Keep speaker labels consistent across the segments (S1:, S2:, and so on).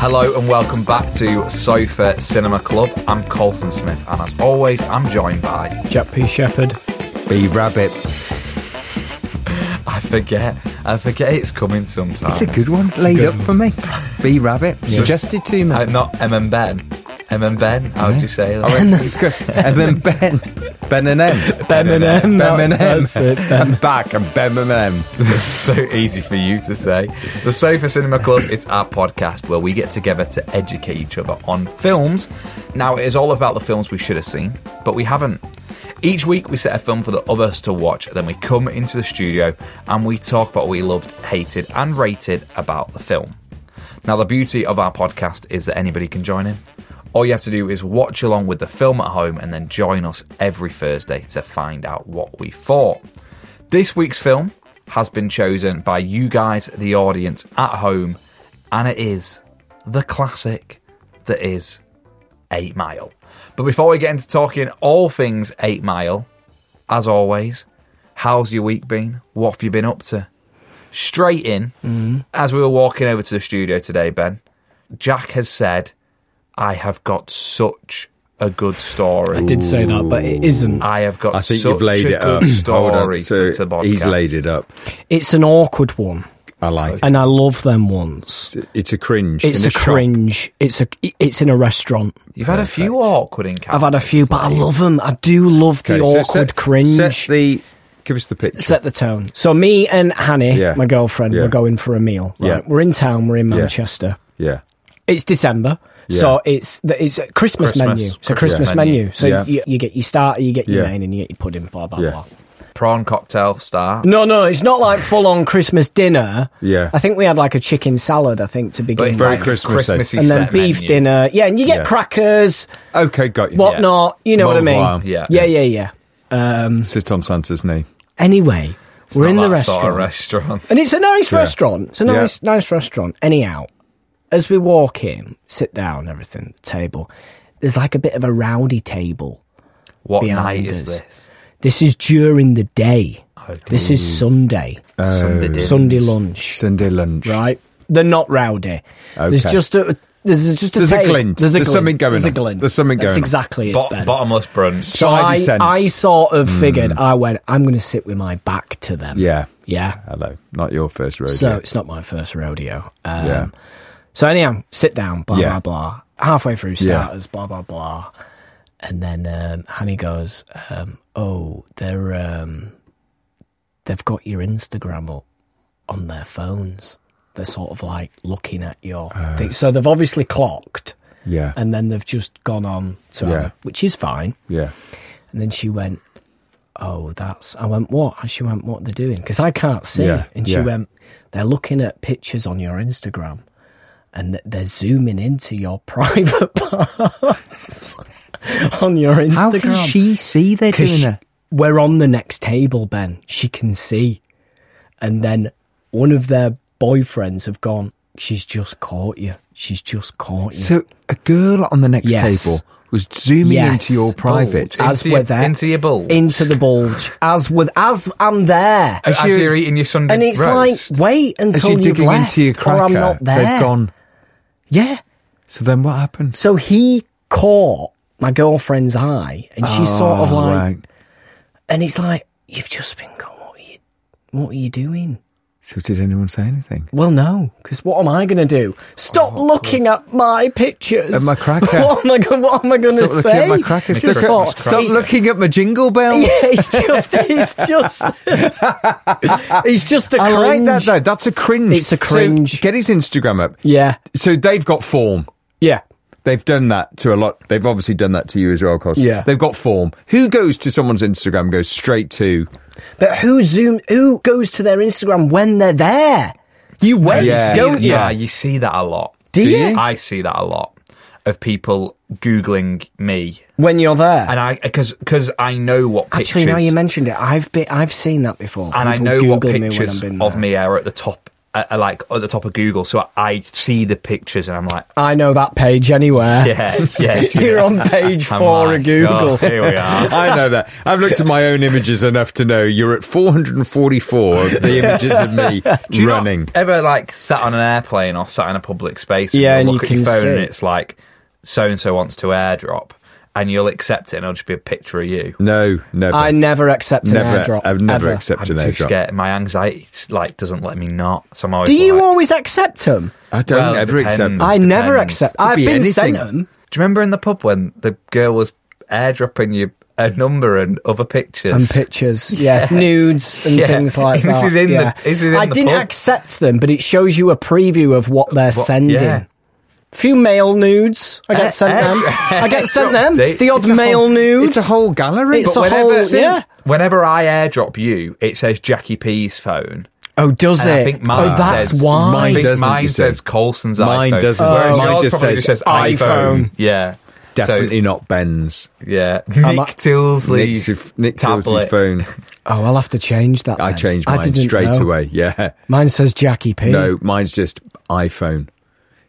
S1: Hello and welcome back to Sofa Cinema Club. I'm Colson Smith, and as always, I'm joined by
S2: Jack P. Shepherd.
S3: B Rabbit.
S1: I forget, I forget it's coming sometimes.
S3: It's a good one laid up for me. B Rabbit suggested to me.
S1: I'm Uh, not M and Ben. M and Ben. How would you say that?
S3: and that's good. M and Ben. Ben and M.
S2: Ben and M.
S3: Ben and M.
S2: That's it, Ben.
S3: I'm back. I'm Ben and M.
S1: It's so easy for you to say. The Sofa Cinema Club is our podcast where we get together to educate each other on films. Now, it is all about the films we should have seen, but we haven't. Each week, we set a film for the others to watch, then we come into the studio and we talk about what we loved, hated, and rated about the film. Now, the beauty of our podcast is that anybody can join in. All you have to do is watch along with the film at home and then join us every Thursday to find out what we thought. This week's film has been chosen by you guys, the audience at home, and it is the classic that is 8 Mile. But before we get into talking all things 8 Mile, as always, how's your week been? What have you been up to? Straight in,
S3: Mm-hmm.
S1: as we were walking over to the studio today, Ben, Jack has said, I have got such a good story.
S2: I did say that, but it isn't.
S1: I have got
S3: I think
S1: such
S3: you've laid
S1: a
S3: it
S1: good
S3: up.
S1: story
S3: Hold on. So
S1: for the
S3: he's
S1: podcast.
S3: laid it up.
S2: It's an awkward one,
S3: I like it.
S2: and I love them ones.
S3: It's a cringe.
S2: It's
S3: in
S2: a
S3: shop.
S2: cringe. It's a. It's in a restaurant.
S1: You've had a few
S3: Perfect.
S1: awkward encounters.
S2: I've had a few, but I love them. I do love the
S3: Okay, so
S2: awkward
S3: set-
S2: cringe.
S3: Set the. Give us the picture.
S2: set the tone. So me and Hanny,
S3: Yeah.
S2: my girlfriend,
S3: Yeah.
S2: we're going for a meal. Right?
S3: Yeah.
S2: We're in town. We're in
S3: Yeah.
S2: Manchester.
S3: yeah.
S2: It's December. So it's the, it's a Christmas,
S1: Christmas.
S2: menu. So
S1: Christmas
S2: Christmas
S1: menu.
S2: menu. So
S3: Yeah.
S2: you, you get your starter, you get your
S3: Yeah.
S2: main, and you get your pudding. Blah blah
S3: Yeah.
S2: blah.
S1: prawn cocktail star.
S2: No, no, it's not like full on Christmas dinner.
S3: Yeah.
S2: I think we had like a chicken salad. I think to begin
S3: very
S2: with,
S3: Christmas. Christmassy.
S1: Christmassy
S2: and then
S1: set
S2: beef
S1: menu.
S2: dinner. Yeah, and you get
S3: Yeah.
S2: crackers,
S3: Okay, got you.
S2: whatnot. You know what I mean?
S3: Mobile.
S1: Yeah.
S2: yeah, yeah, yeah.
S3: Yeah. Sit on Santa's knee.
S2: Anyway,
S1: Not
S2: we're in the
S1: that sort
S2: restaurant,
S1: of restaurant.
S2: and it's a nice
S3: Yeah.
S2: restaurant. It's a
S3: Yeah.
S2: nice, nice restaurant. Anyhow, as we walk in, sit down, everything, table. There's like a bit of a rowdy table.
S1: What
S2: behind
S1: night is
S2: us.
S1: this?
S2: This is during the day.
S1: Okay.
S2: This is Sunday.
S3: Oh.
S1: Sunday dinner.
S2: Sunday lunch.
S3: Sunday lunch.
S2: right? They're not rowdy. There's
S3: Okay.
S2: just a there's just a
S3: There's a
S2: tape.
S3: glint.
S2: There's, a
S3: There's
S2: glint.
S3: something going
S2: there's
S3: on.
S2: A glint.
S3: There's something
S2: That's
S3: going on.
S2: exactly
S1: Bo-
S2: it. Ben.
S1: bottomless brunch.
S2: so I,
S3: Spidey sense.
S2: I sort of figured. I went. I'm going to sit with my back to them.
S3: Hmm. Yeah.
S2: Yeah.
S3: Hello. Not your first rodeo.
S2: So it's not my first rodeo. Um,
S3: yeah.
S2: So anyhow, sit down. Blah
S3: Yeah.
S2: blah blah. Halfway through
S3: Yeah.
S2: starters. Blah blah blah. And then um, Hanny goes, um, "Oh, they're um, they've got your Instagram up on their phones. They're sort of like looking at your
S3: Uh.
S2: thing. So they've obviously clocked,
S3: Yeah.
S2: and then they've just gone on to
S3: Yeah.
S2: Anna, which is fine.
S3: yeah.
S2: And then she went, "Oh, that's." I went, "What?" And she went, "What they're doing?" Because I can't see.
S3: Yeah,
S2: And she
S3: yeah.
S2: went, "They're looking at pictures on your Instagram, and th- they're zooming into your private parts on your Instagram."
S3: How can she see they're
S2: 'Cause
S3: doing
S2: she-
S3: it?
S2: we're on the next table, Ben. She can see, and then one of their boyfriends have gone. She's just caught you. She's just caught you.
S3: So a girl on the next
S2: Yes.
S3: table was zooming
S2: Yes. Oh,
S3: into your private.
S1: Bulge.
S2: as
S1: Into
S2: we're
S1: your-
S2: there,
S1: into your bulge.
S2: into the bulge, as with as I'm there,
S1: As
S3: you-
S1: you're eating your Sunday
S2: and it's
S1: roast.
S2: like wait
S3: As
S2: until
S3: you're
S2: you've
S3: digging
S2: left,
S3: into your cracker,
S2: or I'm not there.
S3: they've gone.
S2: Yeah.
S3: So then what happens?
S2: So he caught my girlfriend's eye, and she's sort of
S3: Oh,
S2: like,
S3: right.
S2: and it's like you've just been caught. What are you, what are you doing?
S3: So did anyone say anything?
S2: Well, no, because what am I going to do? Stop looking at my pictures
S3: Oh, At my cracker.
S2: What am I, go- what am I going to
S3: Stop looking
S2: say?
S3: at my cracker.
S2: It's
S3: Stop,
S2: just
S3: stop,
S2: what-
S3: stop
S2: it's-
S3: looking at my jingle bells.
S2: Yeah, it's just, it's just, it's just a
S3: I like
S2: cringe.
S3: that though. That's a cringe.
S2: It's a
S3: So
S2: cringe.
S3: get his Instagram up.
S2: Yeah,
S3: So they've got form.
S2: yeah.
S3: They've done that to a lot. They've obviously done that to you as well, Cos.
S2: Yeah.
S3: They've got form. Who goes to someone's Instagram and goes straight to
S2: But who zoom? Who goes to their Instagram when they're there? You wait,
S3: Yeah.
S2: don't you?
S1: Yeah, you see that a lot.
S2: Do Do you? you?
S1: I see that a lot of people googling me,
S2: When you're there.
S1: and I because because I know what pictures.
S2: Actually, now you mentioned it, I've been, I've seen that before.
S1: and I
S2: People
S1: know what
S2: Google me when
S1: pictures
S2: I've been
S1: of
S2: there.
S1: me are at the top, uh, are like at the top of Google. So I, I see the pictures, and I'm like,
S2: I know that page anywhere.
S1: yeah, yeah.
S2: You're on page
S1: I'm
S2: four
S1: like,
S2: of Google.
S1: "Oh, here we are.
S3: I know that. I've looked at my own images enough to know you're at 444 of the images of me
S1: Do you not
S3: running.
S1: ever like sat on an airplane or sat in a public space?
S2: Yeah,
S1: and
S2: and
S1: you'll
S2: you
S1: look at your
S2: can
S1: phone
S2: see.
S1: and it's like so and so wants to airdrop, and you'll accept it, and it'll just be a picture of you.
S3: No, never.
S2: I never accept an
S3: never,
S2: airdrop.
S3: I've never
S2: ever.
S1: I'm
S3: accepted
S1: too
S3: an airdrop.
S1: scared. My anxiety it's, like doesn't let me not. So I'm always
S2: Do you
S1: like-
S2: always accept them?
S3: I don't
S1: Well, it
S3: ever accept.
S1: depends.
S3: them.
S2: I never
S1: Depends.
S2: accept.
S3: Could
S2: I've
S3: be
S2: been
S3: anything.
S2: sent them.
S1: Do you remember in the pub when the girl was airdropping you a number and other pictures?
S2: and pictures, yeah, nudes and
S1: Yeah.
S2: things like
S1: This
S2: that.
S1: is in the-
S2: yeah.
S1: this is in
S2: I
S1: the
S2: didn't
S1: pub.
S2: accept them, but it shows you a preview of what they're
S1: What-
S2: sending.
S1: yeah.
S2: Few male nudes. I
S1: Eh,
S2: get sent
S1: eh,
S2: them. I get sent them.
S1: update.
S2: The odd
S1: It's a
S2: male nude.
S3: It's a whole gallery.
S2: It's
S3: but
S2: a
S3: whenever-
S2: whole- yeah.
S1: Whenever I airdrop you, it says Jackie P's phone.
S2: oh, does
S1: And
S2: it?
S1: I think mine
S2: oh, that's
S1: says-
S2: why.
S3: Mine
S1: I think
S3: doesn't,
S1: mine
S3: you see.
S1: says Colson's
S3: Mine
S1: iPhone.
S3: doesn't.
S1: Whereas
S3: Mine
S1: yours
S3: just
S1: probably
S3: says
S1: says iPhone.
S3: iPhone.
S1: Yeah.
S3: Definitely not Ben's.
S1: So, yeah.
S2: a-
S1: Nick Tilsley's
S3: Nick's, Nick
S1: tablet.
S3: Tilsley's phone.
S2: Oh, I'll have to change that.
S3: I
S2: then.
S3: changed
S2: I
S3: mine
S2: didn't
S3: straight
S2: know.
S3: away. Yeah.
S2: Mine says Jackie P.
S3: No, mine's just iPhone.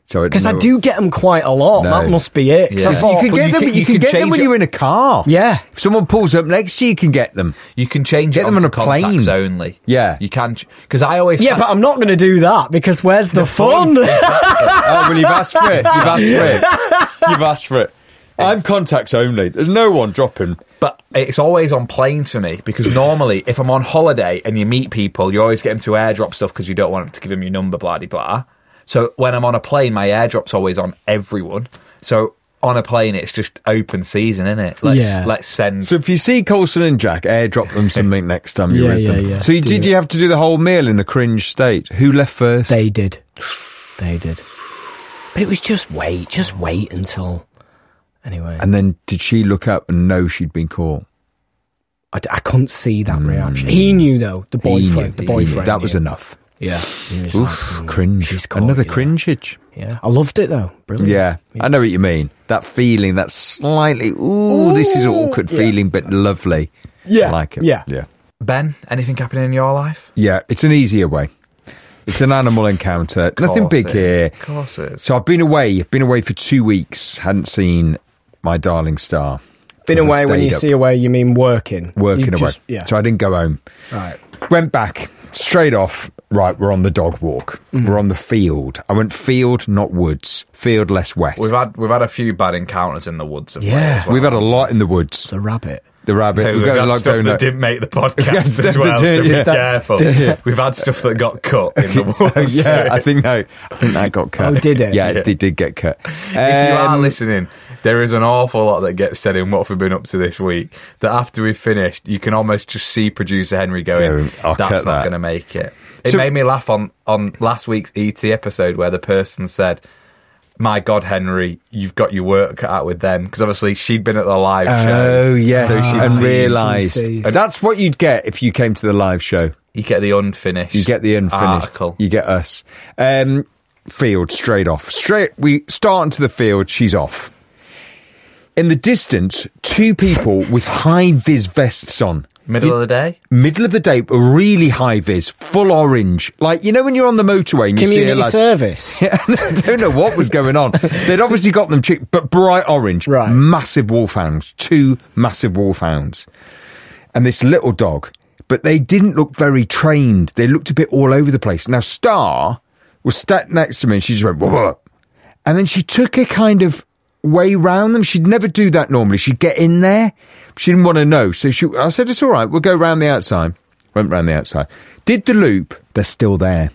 S3: So
S2: because I do get them quite a lot.
S3: No.
S2: That must be it. 'cause I
S1: Yeah.
S3: You
S2: thought-
S3: can
S1: But
S3: get
S1: you
S3: them.
S1: can-
S3: you
S1: you
S3: can
S1: can
S3: get them
S1: change
S3: when
S1: it-
S3: you're in a car.
S2: Yeah.
S3: If someone pulls up next to you, you can get them.
S1: You can change
S3: Get
S1: it
S3: them
S1: onto
S3: on a plane.
S1: contacts only.
S3: Yeah.
S1: You can. Because I always.
S2: yeah, but I'm not going to do that because where's the, fun?
S3: oh, well, you've asked for it. You've asked for it. You've asked for it. I'm contacts only. There's no one dropping.
S1: But it's always on planes for me because normally, if I'm on holiday and you meet people, you always get them to airdrop stuff because you don't want to give them your number, blah de blah. So when I'm on a plane, my airdrop's always on everyone. So on a plane, it's just open season, isn't it? Let's
S2: Yeah.
S1: let's send.
S3: So if you see Colson and Jack, airdrop them something next time you're
S2: Yeah,
S3: with
S2: yeah,
S3: them.
S2: yeah.
S3: So you,
S2: Do
S3: did
S2: it.
S3: you have to do the whole meal in a cringe state? Who left first?
S2: They did. They did. But it was just wait, just wait until. Anyway,
S3: and then did she look up and know she'd been caught?
S2: I, d- I couldn't see that reaction. He knew though. The
S3: Mm. He knew,
S2: boyfriend.
S3: he
S2: the
S3: knew.
S2: boyfriend.
S3: That was
S2: knew.
S3: enough.
S2: Yeah. He was
S3: Oof,
S2: like, "Mm,
S3: cringe.
S2: she's caught,
S3: Another
S2: yeah."
S3: cringage.
S2: Yeah. I loved it though. Brilliant.
S3: Yeah, I know what you mean. That feeling, that slightly, ooh, this is awkward feeling, but lovely.
S2: Yeah,
S3: I like it.
S2: yeah.
S3: Yeah.
S1: ben, anything happening in your life?
S3: Yeah, it's an easier way. It's an animal encounter. Nothing
S1: Course
S3: big
S1: it
S3: here.
S1: is. Course it is.
S3: So I've been away. Been away for two weeks. Hadn't seen my darling star.
S2: Been
S3: 'Cause I
S2: away when
S3: stayed
S2: you
S3: up
S2: see away, you mean working.
S3: working
S2: You
S3: away.
S2: just- Yeah.
S3: So I didn't go home.
S2: right.
S3: Went back straight off. Right, we're on the dog walk.
S1: Mm.
S3: We're on the field. I went field, not woods. Field less wet.
S1: We've had we've had a few bad encounters in the woods. Of
S2: Yeah.
S1: Wales, well.
S3: We've had a lot in the woods.
S2: The rabbit.
S3: The rabbit.
S1: Hey,
S3: we've
S1: we've
S3: got a
S1: had
S3: lot
S1: stuff
S3: going
S1: that
S3: on.
S1: didn't make the
S3: Yeah,
S1: podcast
S3: stuff
S1: as
S3: that
S1: well. So
S3: didn't,
S1: be
S3: yeah.
S1: careful. We've had stuff that got cut in the woods.
S3: yeah, I think that I think that got cut.
S2: Oh, did it?
S3: Yeah,
S1: Yeah.
S3: it did get cut.
S1: If you are
S3: Um,
S1: listening, there is an awful lot that gets said in what we've been up to this week. That after we've finished, you can almost just see producer Henry going,
S3: Yeah, I'll
S1: "That's
S3: cut
S1: not
S3: that."
S1: going to make it." It
S3: So-
S1: made me laugh on on last week's ET episode where the person said. My God, Henry, you've got your work cut out with them because obviously she'd been at the live show.
S3: Oh yes,
S1: So she
S3: and
S1: sees-
S3: realised
S2: sees.
S3: And that's what you'd get if you came to the live show.
S1: You get the unfinished.
S3: You get the unfinished.
S1: article.
S3: You get us. Um, field straight off. Straight. We start into the field. She's off. In the distance, two people with high vis vests on
S1: Middle of the day?
S3: Middle of the day, really high vis, full orange. Like, you know, when you're on the motorway and you see a
S2: Community
S3: lad.
S2: service.
S3: I don't know what was going on. They'd obviously got them cheap, but bright orange.
S2: Right.
S3: Massive wolfhounds. Two massive wolfhounds. And this little dog. But they didn't look very trained. They looked a bit all over the place. Now, Star was sat next to me and she just went, whoa, whoa. And then she took a kind of way round them. She'd never do that normally. She'd get in there. She didn't want to know. So she, I said, it's all right. We'll go round the outside. Went round the outside. Did the loop. They're still there.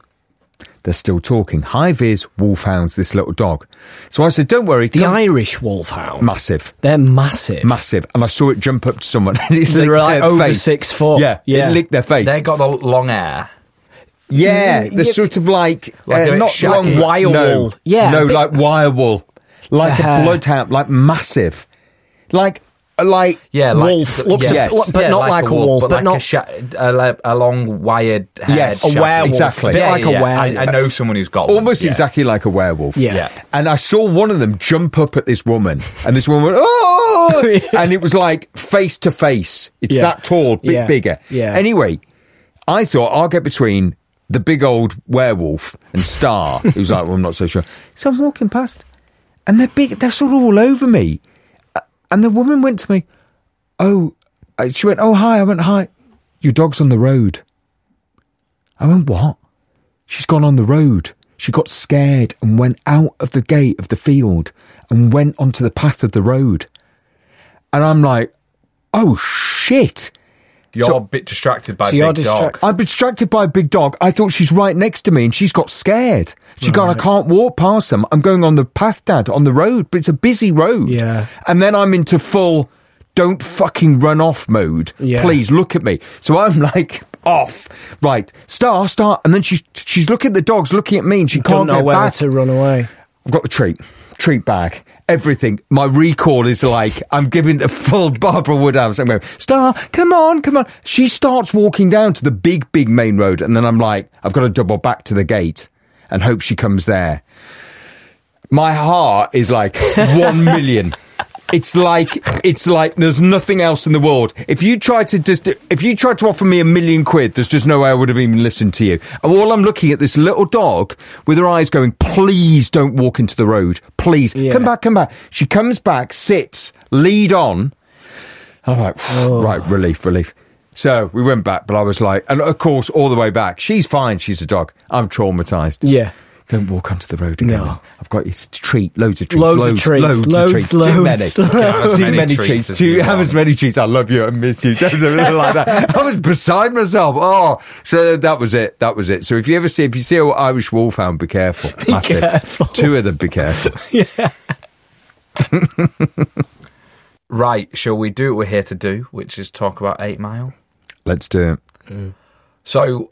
S3: They're still talking. High vis, wolfhounds, this little dog. So I said, don't worry.
S2: The
S3: come-
S2: Irish wolfhound.
S3: Massive.
S2: They're massive.
S3: Massive. And I saw it jump up to someone. And it licked
S2: They're like
S3: their
S2: over
S3: face.
S2: six foot.
S3: Yeah.
S2: Yeah.
S3: It licked their face.
S1: They got the long hair.
S3: yeah.
S2: Mm,
S3: They're
S2: yeah.
S3: sort of like,
S1: Like a
S3: uh,
S1: bit
S3: not
S1: shaggy.
S3: long.
S2: Like
S3: No,
S2: wirewall. Yeah,
S3: No,
S2: a bit-
S3: like wirewall. Like
S2: Uh-huh.
S3: a bloodhound. Like massive. Like, uh, like.
S1: Yeah, like
S2: Wolf. Looks
S3: Yes.
S2: like- but not like a wolf,
S1: but,
S2: but
S1: like
S2: not-
S1: a, sha- a, like a long wired. haired
S3: Yes, a
S1: shaggy-
S3: werewolf. Exactly.
S2: Bit like a
S1: I, I
S2: werewolf.
S1: know someone who's got one.
S3: Almost
S1: Yeah.
S3: exactly like a werewolf.
S2: Yeah.
S1: Yeah.
S3: And I saw one of them jump up at this woman, and this woman went, oh! and it was like face to face. It's
S2: Yeah.
S3: that tall, bit
S2: Yeah.
S3: bigger.
S2: Yeah.
S3: Anyway, I thought I'll get between the big old werewolf and Star, who's like, well, I'm not so sure. So I'm walking past, and they're big, they're sort of all over me. A- And the woman went to me, oh, uh, she went, oh, hi. I went, hi. Your dog's on the road. I went, what? She's gone on the road. She got scared and went out of the gate of the field and went onto the path of the road. And I'm like, oh shit.
S1: You're
S3: So-
S1: a bit distracted by
S2: So you're
S1: big
S2: distract-
S1: dog.
S3: I'm distracted by a big dog. I thought she's right next to me and she's got scared. She gone, I can't walk past them. I'm going on the path, Dad, on the road, but it's a busy road.
S2: Yeah.
S3: And then I'm into full don't fucking run off mode.
S2: Yeah.
S3: Please look at me. So I'm like off. Right. Star, star. And then she's she's looking at the dogs, looking at me, and she
S2: Don't
S3: can't
S2: know
S3: get
S2: whether
S3: back.
S2: to run away.
S3: I've got the treat, treat bag, everything. My recall is like, I'm giving the full Barbara Woodhouse. I'm going, Star, come on, come on. She starts walking down to the big, big main road. And then I'm like, I've got to double back to the gate and hope she comes there. My heart is like one million. It's like it's like there's nothing else in the world. If you tried to just if you tried to offer me a million quid, there's just no way I would have even listened to you. And all I'm looking at this little dog with her eyes going, please don't walk into the road. Please
S2: Yeah.
S3: come back, come back. She comes back, sits, lead on. And I'm like, right, relief, relief. So we went back, but I was like, and of course, all the way back, she's fine. She's a dog. I'm traumatized.
S2: Yeah.
S3: Don't walk onto the road again.
S2: No.
S3: I've got it's treat, loads of treats,
S2: Loads
S3: loads,
S2: of treats,
S3: loads,
S2: loads,
S3: of treats,
S2: loads,
S3: too many,
S2: loads. You
S1: have as
S3: too
S1: many
S3: many
S1: treats
S3: treats,
S1: as
S3: too
S1: you
S3: have
S1: want.
S3: as many treats. I love you, I miss you, don't say anything like that. I was beside myself. Oh, so that was it. That was it. So if you ever see, if you see an Irish wolfhound, be careful. Be Massive.
S2: careful.
S3: Two of them, be careful.
S1: Right, shall we do what we're here to do, which is talk about Eight Mile?
S3: Let's do it.
S1: So,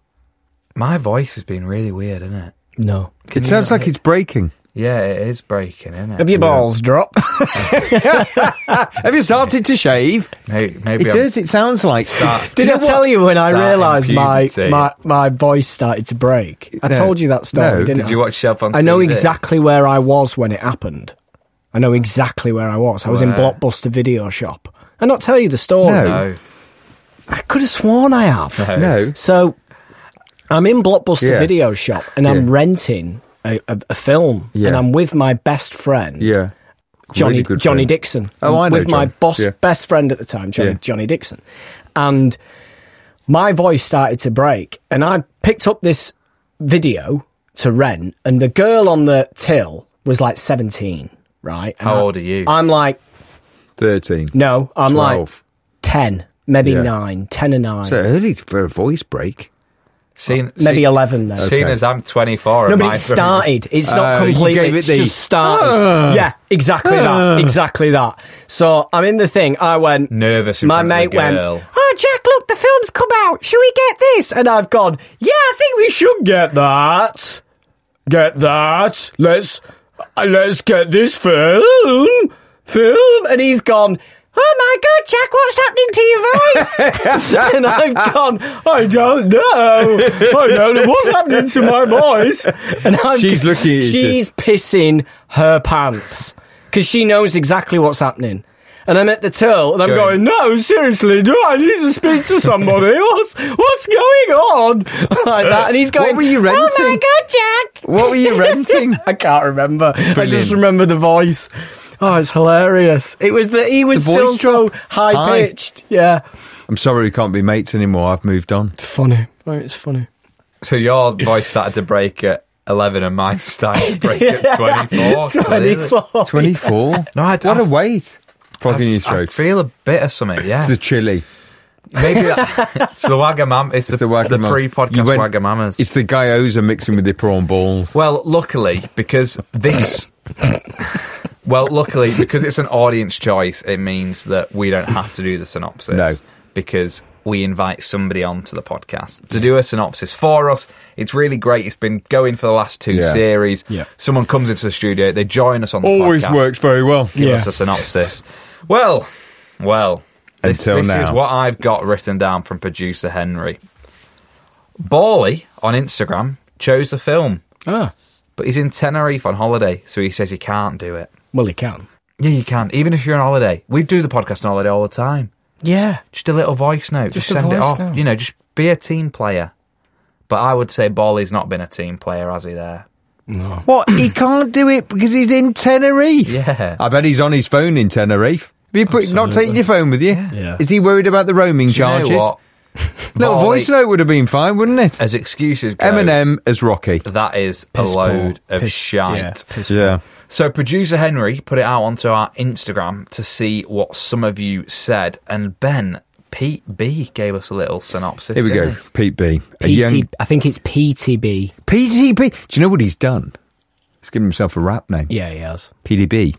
S1: my voice has been really weird, isn't it?
S2: No.
S3: it sounds like it's breaking.
S1: Yeah, it is breaking, isn't it?
S2: Have your balls dropped?
S3: Have you started to shave?
S1: Maybe, maybe
S3: It
S1: I'm-
S3: does. It sounds like.
S1: Start.
S2: Did I tell you when I
S1: Starting
S2: realised my,
S1: puberty.
S2: my my voice started to break? I
S3: No.
S2: told you that story,
S3: No.
S2: didn't
S1: Did
S2: I?
S1: you watch yourself on
S2: I know
S1: TV?
S2: exactly where I was when it happened. I know exactly where I was. I was in
S1: Where?
S2: Blockbuster Video Shop. I not tell you the story.
S3: No.
S1: No.
S2: I could have sworn I have.
S3: No.
S2: So I'm in Blockbuster
S3: Yeah.
S2: Video Shop and I'm
S3: Yeah.
S2: renting a, a, a film
S3: Yeah.
S2: and I'm with my best friend,
S3: Yeah.
S2: Johnny
S3: Really good
S2: Johnny
S3: friend.
S2: Dixon.
S3: Oh, I know
S2: With my
S3: Johnny.
S2: boss,
S3: Yeah.
S2: best friend at the time, Johnny,
S3: Yeah.
S2: Johnny Dixon. And my voice started to break and I picked up this video to rent and the girl on the till was like 17, right? And
S1: How
S2: I-
S1: old are you?
S2: I'm like,
S3: Thirteen.
S2: no, I'm like
S3: 12.
S2: 10, maybe
S3: Yeah.
S2: 9, 10 or 9.
S3: So early for a voice break.
S1: Seen,
S2: maybe
S1: seen,
S2: 11 then.
S1: Seen as I'm 24.
S2: No,
S1: and
S2: but
S1: my-
S2: it started. It's not
S3: Oh, you
S2: complete.
S3: gave it
S2: It's
S3: the- Ah.
S2: just started. yeah, exactly that. Exactly that. So I'm in the thing. I went
S1: Nervous in
S2: My
S1: front of
S2: mate
S1: the
S2: went.
S1: girl.
S2: Oh, Jack, look, the film's come out. Should we get this? And I've gone. Yeah, I think we should get that. Get that. Let's uh, let's get this film. Film. And he's gone. Oh my god, Jack, what's happening to your voice? and I've gone, I don't know. I don't know what's happening to my voice. And I'm,
S3: She's looking at you
S2: She's pissing her pants because she knows exactly what's happening. and I'm at the till, and I'm
S1: Going-
S2: going, no, seriously, do I need to speak to somebody? what's what's going on? Like that, and he's going,
S3: were you
S2: Oh my
S3: renting?"
S2: god, Jack!
S3: What were you renting?
S2: I can't remember. I
S3: Brilliant.
S2: just remember the voice. Oh, it's hilarious. It was that he was
S3: The
S2: still
S3: voice
S2: so
S3: drop?
S2: high pitched. Yeah,
S3: I'm sorry we can't be mates anymore. I've moved on.
S2: funny. Oh, it's funny.
S1: So your voice started to break at 11 and mine started to break at 24.
S2: Twenty four.
S3: 24?
S1: No, I-
S3: What a weight. Frog in your
S1: I
S3: throat.
S1: feel a bit of something, yeah.
S3: It's the chili.
S1: Maybe that, it's the Wagamam. It's,
S3: It's
S1: the,
S3: the
S1: the,
S3: Wagamama.
S1: pre-podcast
S3: You went-
S1: Wagamamas.
S3: It's the gyoza mixing with the prawn balls.
S1: Well, luckily, because this. well, luckily, because it's an audience choice, it means that we don't have to do the synopsis.
S3: No.
S1: Because we invite somebody onto the podcast to do a synopsis for us. It's really great. It's been going for the last two
S3: Yeah.
S1: series.
S2: Yeah.
S1: Someone comes into the studio, they join us on the
S3: Always
S1: podcast,
S3: works very well.
S1: Give
S2: Yeah.
S1: us a synopsis. Well, well, this,
S3: Until
S1: this is
S3: now.
S1: what I've got written down from producer Henry. Borley on Instagram chose the film
S2: Ah,
S1: but he's in Tenerife on holiday, so he says he can't do it.
S2: well, he can.
S1: Yeah, you can. Even if you're on holiday, we do the podcast on holiday all the time.
S2: Yeah,
S1: Just a little voice note, just,
S2: Just a
S1: send it
S2: voice
S1: off.
S2: note.
S1: You know, just be a team player. But I would say Bolly's not been a team player, has he? There,
S3: What? He can't do it because he's in Tenerife.
S1: Yeah.
S3: I bet he's on his phone in Tenerife. Have you put, not taking your phone with you?
S2: Yeah.
S3: Is he worried about the roaming
S1: Do you know
S3: charges?
S1: what?
S3: Little
S1: Barley-
S3: voice note would have been fine, wouldn't it?
S1: as excuses go,
S3: Eminem as Rocky.
S1: That is
S2: Piss
S1: a
S2: poor.
S1: load of
S2: Piss-
S1: shite.
S2: yeah, piss
S3: Yeah.
S1: So producer Henry put it out onto our Instagram to see what some of you said, and Ben Pete B gave us a little synopsis.
S3: Here we
S1: didn't
S3: go. Pete B. A
S2: PT,
S3: young
S2: I think it's PTB.
S3: PTB. Do you know what he's done? He's given himself a rap name.
S2: Yeah, he has.
S3: PDB.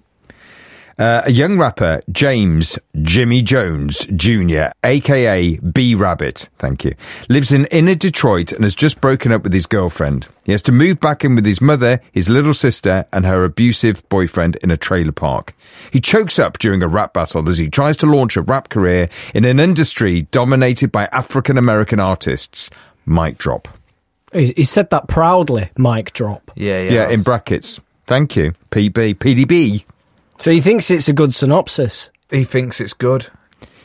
S3: Uh, a young rapper, James Jimmy Jones Jr., aka B Rabbit, thank you, lives in inner Detroit and has just broken up with his girlfriend. He has to move back in with his mother, his little sister, and her abusive boyfriend in a trailer park. He chokes up during a rap battle as he tries to launch a rap career in an industry dominated by African American artists. Mic drop.
S2: He, he said that proudly. Mic drop.
S1: he? Yeah, yeah.
S3: Yeah, in
S1: that's-
S3: brackets. Thank you. PB, PDB.
S2: So he thinks it's a good synopsis.
S1: he thinks it's good.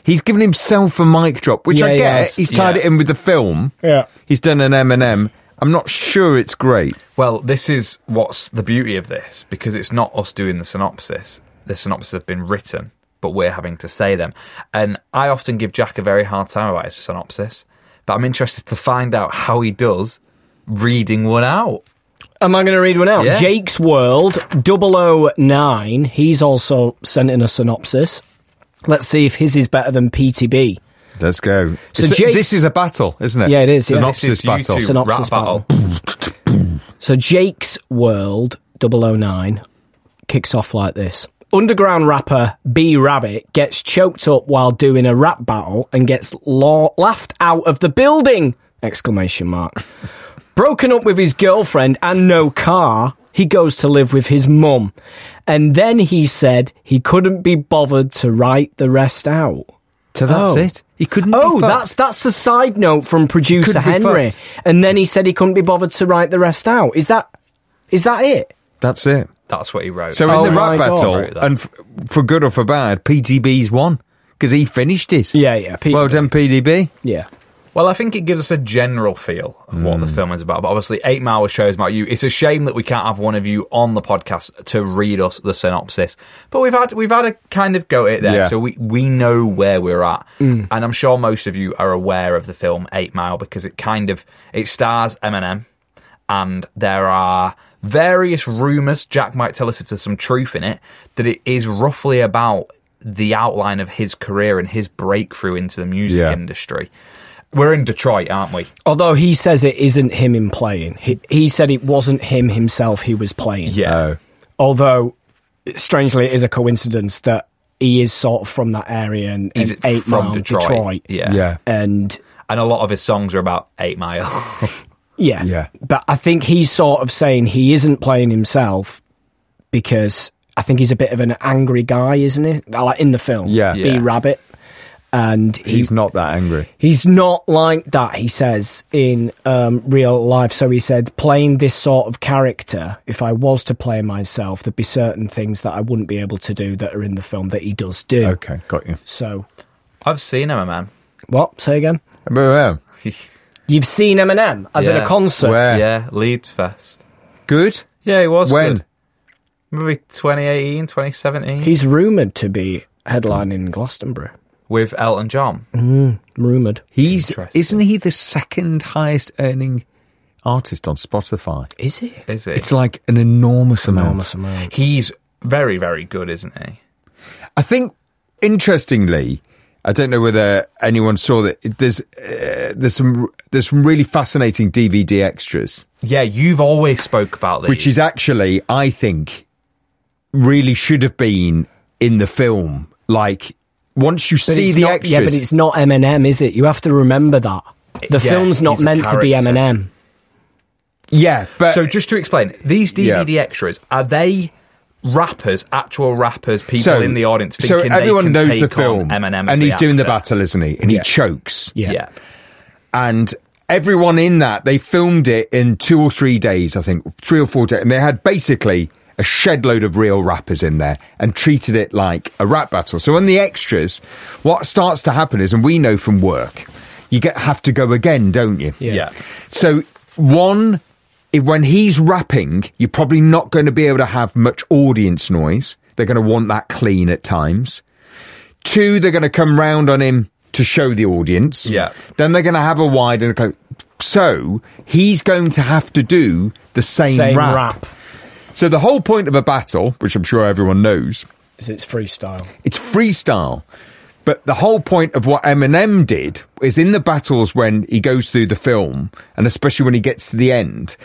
S3: He's given himself a mic drop, which
S2: Yeah,
S3: I
S2: he
S3: get.
S2: has.
S3: He's tied
S1: Yeah.
S3: it in with the film.
S2: Yeah.
S3: He's done an Eminem. I'm not sure it's great.
S1: Well, this is what's the beauty of this because it's not us doing the synopsis. The synopsis have been written, but we're having to say them. And I often give Jack a very hard time about his synopsis, but I'm interested to find out how he does reading one out.
S2: Am I going to read one out?
S1: Yeah.
S2: Jake's World 009. He's also sent in a synopsis. Let's see if his is better than PTB.
S3: Let's go.
S2: So
S3: It's a-
S2: Jake's-
S3: this is a battle, isn't it?
S2: Yeah, it is, yeah.
S3: Synopsis
S1: This is you
S3: battle.
S1: two
S2: Synopsis
S1: rap battle.
S2: So Jake's World 009 kicks off like this. Underground rapper B Rabbit gets choked up while doing a rap battle and gets law- laughed out of the building! Exclamation mark. Broken up with his girlfriend and no car, he goes to live with his mum. And then he said he couldn't be bothered to write the rest out.
S3: So that's
S2: Oh.
S3: it. He couldn't.
S2: Oh,
S3: be fucked.
S2: that's that's the side note from producer
S3: Couldn't be
S2: Henry.
S3: fucked.
S2: And then he said he couldn't be bothered to write the rest out. Is that is that it?
S3: that's it.
S1: That's what he wrote.
S3: So
S2: Oh
S3: in the
S2: my
S3: rap
S2: God.
S3: battle,
S1: Sorry, that-
S3: and f- for good or for bad, PDB's won because he finished it.
S2: Yeah, yeah, PDB.
S3: Well done, PDB.
S2: Yeah.
S1: Well, I think it gives us a general feel of what the film is about. But obviously, Eight Mile was shows about you. It's a shame that we can't have one of you on the podcast to read us the synopsis. But we've had we've had a kind of go at it there,
S3: Yeah.
S1: so we we know where we're at, and I'm sure most of you are aware of the film Eight Mile because it kind of it stars Eminem, and there are various rumors. Jack might tell us if there's some truth in it that it is roughly about the outline of his career and his breakthrough into the music
S3: Yeah. Oh,
S1: industry. We're in Detroit, aren't we?
S2: Although he says it isn't him in playing. He, he said it wasn't him himself he was playing.
S3: Oh.
S2: Although strangely it is a coincidence that he is sort of from that area and,
S1: He's
S2: and eight
S1: from
S2: Mile,
S1: Detroit. Yeah.
S3: Yeah.
S2: And
S1: And a lot of his songs are about Eight Mile.
S2: Yeah.
S3: Yeah.
S2: But I think he's sort of saying he isn't playing himself because I think he's a bit of an angry guy, isn't he? Like in the film.
S3: Yeah.
S2: B
S1: Yeah.
S2: Rabbit. and he,
S3: He's not that angry.
S2: He's not like that, he says, in um, real life. So he said, playing this sort of character, if I was to play myself, there'd be certain things that I wouldn't be able to do that are in the film that he does do.
S3: Okay, got you.
S2: So,
S1: I've seen him, man.
S2: what? Say again?
S3: Well,
S2: You've seen Eminem as in
S1: Yeah.
S2: a concert.
S3: Where?
S1: yeah, Leeds Fest.
S3: Good.
S1: Yeah, he was.
S3: When?
S1: good. Maybe 2018, 2017.
S2: He's rumoured to be headlining Glastonbury.
S1: with Elton John.
S2: Rumoured.
S3: He's
S1: Interesting.
S3: isn't he the second highest earning artist on Spotify?
S2: Is he?
S1: Is it?
S3: It's like an enormous amount.
S2: Enormous amount.
S1: He's very, very good, isn't he?
S3: I think, interestingly, I don't know whether anyone saw that there's uh, there's some there's some really fascinating DVD extras,
S1: Yeah, you've always spoke about this.
S3: which is actually I think really should have been in the film. Like once you
S2: But
S3: see
S2: it's
S3: the
S2: not-
S3: extras,
S2: Yeah, but it's not Eminem, is it? You have to remember that. The
S1: Yeah,
S2: film's not
S1: he's a
S2: meant to be
S1: character.
S2: Eminem.
S3: yeah, but
S1: So just to explain, these DVD
S3: Uh, Yeah.
S1: extras are they rappers, actual rappers, people
S3: so-
S1: in the audience
S3: So
S1: thinking
S3: everyone
S1: they can
S3: knows
S1: take
S3: the film,
S1: on Eminem, as
S3: and
S1: the
S3: he's doing the
S1: actor?
S3: battle, isn't he? And
S2: Yeah.
S3: he chokes.
S2: Yeah.
S1: Yeah.
S3: and everyone in that they filmed it in two or three days i think three or four days and they had basically a shed load of real rappers in there and treated it like a rap battle so on the extras what starts to happen is and we know from work you get have to go again don't you
S1: yeah,
S2: Yeah.
S3: so one, if, when he's rapping, you're probably not going to be able to have much audience noise. They're going to want that clean at times. Two, they're going to come round on him to show the audience.
S1: Yeah.
S3: Then they're going to have a wide and go. So he's going to have to do the same,
S2: Same
S3: rap.
S2: rap.
S3: So the whole point of a battle, which I'm sure everyone knows,
S2: is It's freestyle.
S3: it's freestyle. But the whole point of what Eminem did is in the battles when he goes through the film, and especially when he gets to the end,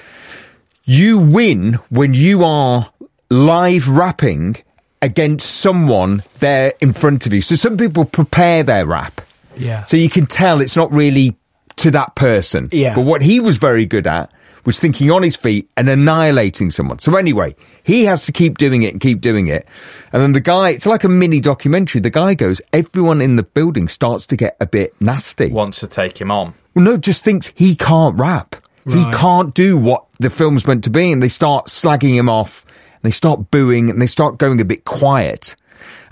S3: you win when you are live rapping against someone there in front of you. So some people prepare their rap.
S2: Yeah.
S3: So you can tell it's not really to that person.
S2: Yeah.
S3: But what he was very good at was thinking on his feet and annihilating someone. So anyway, he has to keep doing it and keep doing it. And then the guy, it's like a mini documentary. The guy goes, everyone in the building starts to get a bit nasty.
S1: wants to take him on.
S3: Well, no, just thinks he can't rap. He can't do what the film's meant to be. And they start slagging him off. And they start booing and they start going a bit quiet.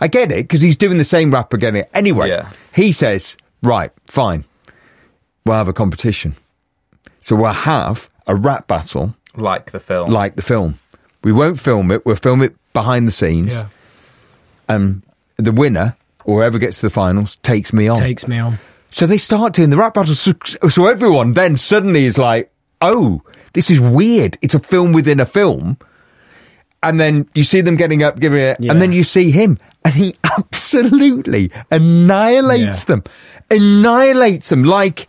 S3: I get it because he's doing the same rap again. Anyway,
S1: Yeah.
S3: he says, right, fine. We'll have a competition. So we'll have a rap battle
S1: Like the film,
S3: like the film. We won't film it. We'll film it behind the scenes. And the winner or whoever gets to the finals takes me on.
S2: Takes me on.
S3: So they start doing the rap battle. So, so everyone then suddenly is like, oh, this is weird. It's a film within a film. And then you see them getting up, giving it,
S2: Yeah.
S3: and then you see him, and he absolutely annihilates
S2: Yeah.
S3: them, annihilates them. Like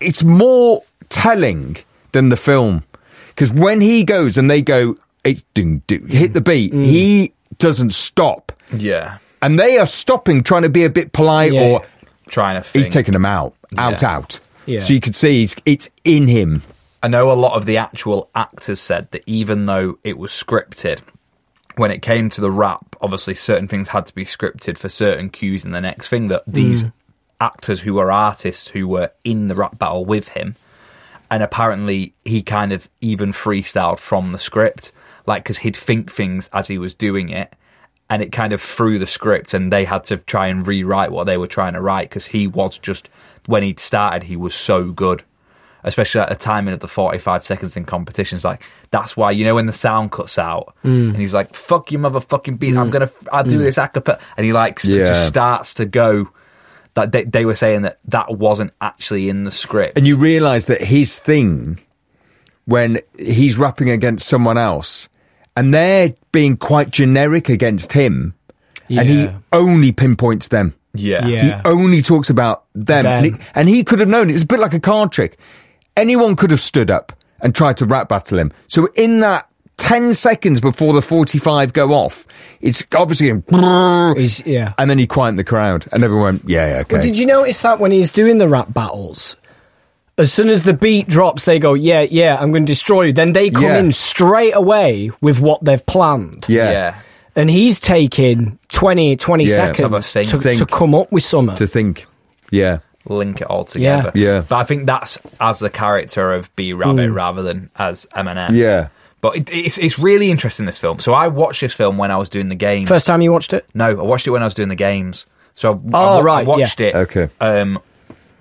S3: it's more telling than the film because when he goes and they go, it's ding, ding, hit the beat,
S2: Mm.
S3: he doesn't stop,
S1: yeah,
S3: and they are stopping, trying to be a bit polite
S2: Yeah.
S3: or
S1: trying to.
S3: he's
S1: think.
S3: taking them out, out,
S1: Yeah.
S3: out.
S2: Yeah.
S3: So you could see it's, it's in him.
S1: I know a lot of the actual actors said that even though it was scripted, when it came to the rap, obviously certain things had to be scripted for certain cues in the next thing. That these
S3: Mm.
S1: actors who were artists who were in the rap battle with him, and apparently he kind of even freestyled from the script, like because he'd think things as he was doing it. And it kind of threw the script, and they had to try and rewrite what they were trying to write because he was just when he'd started, he was so good especially at the timing of the 45 seconds in competitions. Like, that's why, you know, when the sound cuts out and he's like, fuck your motherfucking beat, I'm going to, I'll do this acapella. And he like st-
S3: Yeah.
S1: just starts to go. That they, they were saying that that wasn't actually in the script.
S3: And you realize that his thing, when he's rapping against someone else, and they're being quite generic against him, and he
S2: Yeah.
S3: only pinpoints them.
S1: yeah.
S2: Yeah.
S3: He only talks about them.
S2: Them.
S3: And, he, and he could have known it's a bit like a card trick. Anyone could have stood up and tried to rap battle him. So in that 10 seconds before the 45 go off, it's obviously him.
S2: He's, yeah.
S3: And then he quieted the crowd, and everyone went, yeah, yeah, okay.
S2: Well, did you notice that when he's doing the rap battles? As soon as the beat drops, they go, yeah, yeah, I'm going to destroy you. Then they come
S3: Yeah.
S2: in straight away with what they've planned.
S3: yeah.
S1: Yeah.
S2: and he's taking 20, 20
S3: Yeah.
S1: Have a
S2: seconds
S1: think.
S2: to,
S3: Think.
S2: to come up with something.
S3: to think. Yeah.
S1: link it all together.
S3: Yeah. Yeah.
S1: But I think that's as the character of B
S2: Mm.
S1: Rabbit rather than as Eminem.
S3: Yeah.
S1: But it, it's it's really interesting this film. So I watched this film when I was doing the games.
S2: First time you watched it?
S1: no, I watched it when I was doing the games. So I, I
S2: Oh,
S1: wa- I
S2: right, yeah.
S1: watched it.
S3: Okay.
S1: Um,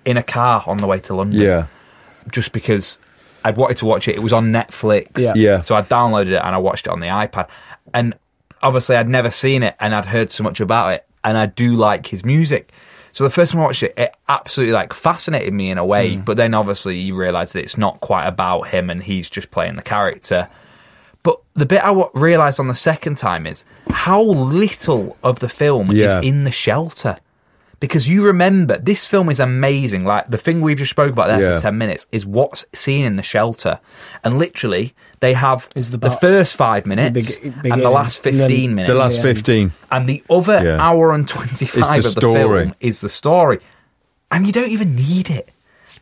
S1: in a car on the way to London.
S3: Yeah.
S1: Just because I'd wanted to watch it. It was on Netflix.
S2: Yeah.
S3: Yeah.
S1: So I downloaded it and I watched it on the iPad. And obviously I'd never seen it and I'd heard so much about it. And I do like his music. So the first time I watched it, it absolutely like fascinated me in a way. But then obviously you realise that it's not quite about him and he's just playing the character. But the bit I w- realised on the second time is how little of the film
S3: Yeah.
S1: is in the shelter. Because you remember, this film is amazing. Like the thing we've just spoke about there
S3: Yeah.
S1: for 10 minutes is what's seen in the shelter. And literally, they have
S2: Is the
S1: the,
S2: bar-
S1: first five minutes
S2: big-
S1: and the
S2: beginning,
S1: last
S2: and then
S1: 15 minutes.
S3: The last 15.
S1: and the other
S3: Yeah.
S1: hour and 25
S3: It's the
S1: of the
S3: story.
S1: film is the story. And you don't even need it,